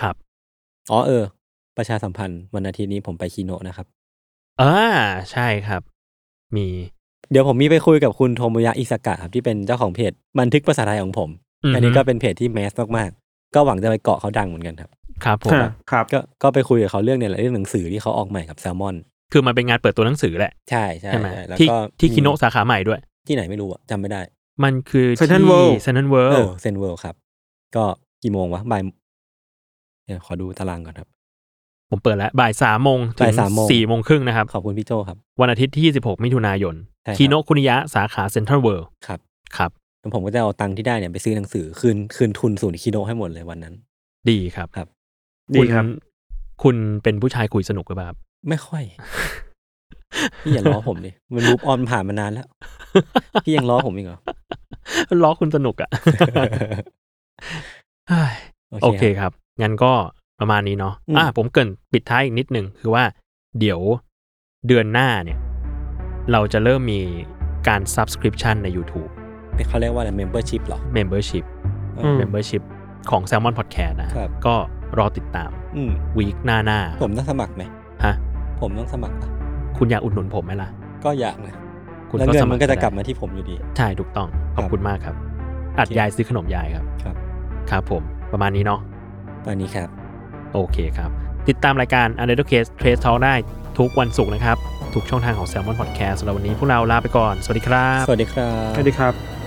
Speaker 4: ครับ
Speaker 2: อ๋อเออ ประชาสัมพันธ์วันอาทิตย์นี้ผมไปคีโนะนะครับ
Speaker 4: อ่าใช่ครับ มี
Speaker 2: เดี๋ยวผมมีไปคุยกับคุณโทโมยะอิสากะครับที่เป็นเจ้าของเพจบันทึกภาษาไทยของผม
Speaker 4: ม
Speaker 2: อันนี้ก็เป็นเพจที่แมสมากๆ ก็หวังจะไปเกาะเขาดังเหมือนกันครับ
Speaker 4: ครับผม
Speaker 3: ค่ะครับ
Speaker 2: ก็ก็ไปคุยกับเขาเรื่องเนี่ยแหละเรื่องหนังสือที่เขาออกใหม่กับแซลมอน
Speaker 4: คือมันเป็นงานเปิดตัวหนังสือแหละ
Speaker 2: ใช่ใช่
Speaker 4: ใช่ไหม
Speaker 2: ใช่แล้ว
Speaker 4: ที่
Speaker 2: ก็
Speaker 4: ที่
Speaker 2: มี
Speaker 4: คิโนะสาขาใหม่ด้วย
Speaker 2: ที่ไหนไม่รู้อะจำไม่ได้
Speaker 4: มันคือ
Speaker 3: Central
Speaker 4: ที่
Speaker 3: World
Speaker 4: เซนทันเวิ
Speaker 2: เอ
Speaker 4: ล
Speaker 2: อเซนเวิลด์ครับ ก็กี่โมงวะบ่ายเดี๋ยวขอดูตารางก่อนครับ
Speaker 4: ผมเปิดแล้วบ่ายสามโมงถึ
Speaker 2: บ่าง ย3โมง
Speaker 4: สี่โมงครึ่งนะครับ
Speaker 2: ขอบคุณพี่โจครับ
Speaker 4: วันอาทิตย์ที่ 26 มิถุนายน
Speaker 2: ใช่ครับ
Speaker 4: คิโนะคุนิยะสาขาเซ n นทรัลเวิลด์
Speaker 2: ครับ
Speaker 4: ครับ
Speaker 2: แล้วผมก็จะเอาตังค์ที่ได้เนี่ยไปซื้อหนังสือคืนคืนทุนศูนย์คิโนะให้หมดเลยวันนั้น
Speaker 4: ดีครับ
Speaker 3: ดีครับ
Speaker 4: ณคุณเป็นผู้ชายคุยสนุกหรือเปล่าครับ
Speaker 2: ไม่ค่อย พี่อย่าล้อผมดิมันรูปออนผ่านมานานแล้ว พี่ยังล้อผมอีกเหรอ
Speaker 4: ล้อคุณสนุกอ่ะ เฮ้ยโอเค
Speaker 2: ครับ
Speaker 4: ครับ งั้นก็ประมาณนี้เนาะ
Speaker 2: อืม
Speaker 4: อ่ะผมเกรินปิดท้ายอีกนิดนึงคือว่า เดี๋ยวเดือนหน้าเนี่ย เราจะเริ่มมีการ subscription ใน YouTube
Speaker 2: เป็นเขาเรียกว่าอะไร membership เหรอ
Speaker 4: membership
Speaker 3: อืม
Speaker 4: membership ของ Salmon Podcast นะฮะ
Speaker 2: ครับ
Speaker 4: ก็รอติดตาม
Speaker 2: อืม
Speaker 4: วีคหน้าหน้า
Speaker 2: ผมต้องสมัครไหม
Speaker 4: ฮะ
Speaker 2: ผมต้องสมัครปะ
Speaker 4: คุณอยากอุดหนุนผมไหมล่ะ
Speaker 2: ก็อยากนะ
Speaker 4: คุณ
Speaker 2: แล้วเงินมันก็จะ
Speaker 4: ได้
Speaker 2: กลับมาที่ผมอยู่ดี
Speaker 4: ใช่ถูกต้อง ขอบคุณมากครับ อัดยายซื้อขนมยายครับ
Speaker 2: ครับ
Speaker 4: ครับผม ประมาณนี้เนาะ
Speaker 2: ตอนนี้ครับ
Speaker 4: โอเคครับ ติดตามรายการ u n d e r t a Case Trace Talk ได้ทุกวันศุกร์นะครับ ทุกช่องทางของ Salmon Podcast สำหรับวันนี้พวกเราลาไปก่อน สวัสดีครับ
Speaker 2: สวัสดีครับ
Speaker 3: สวัสดีครับ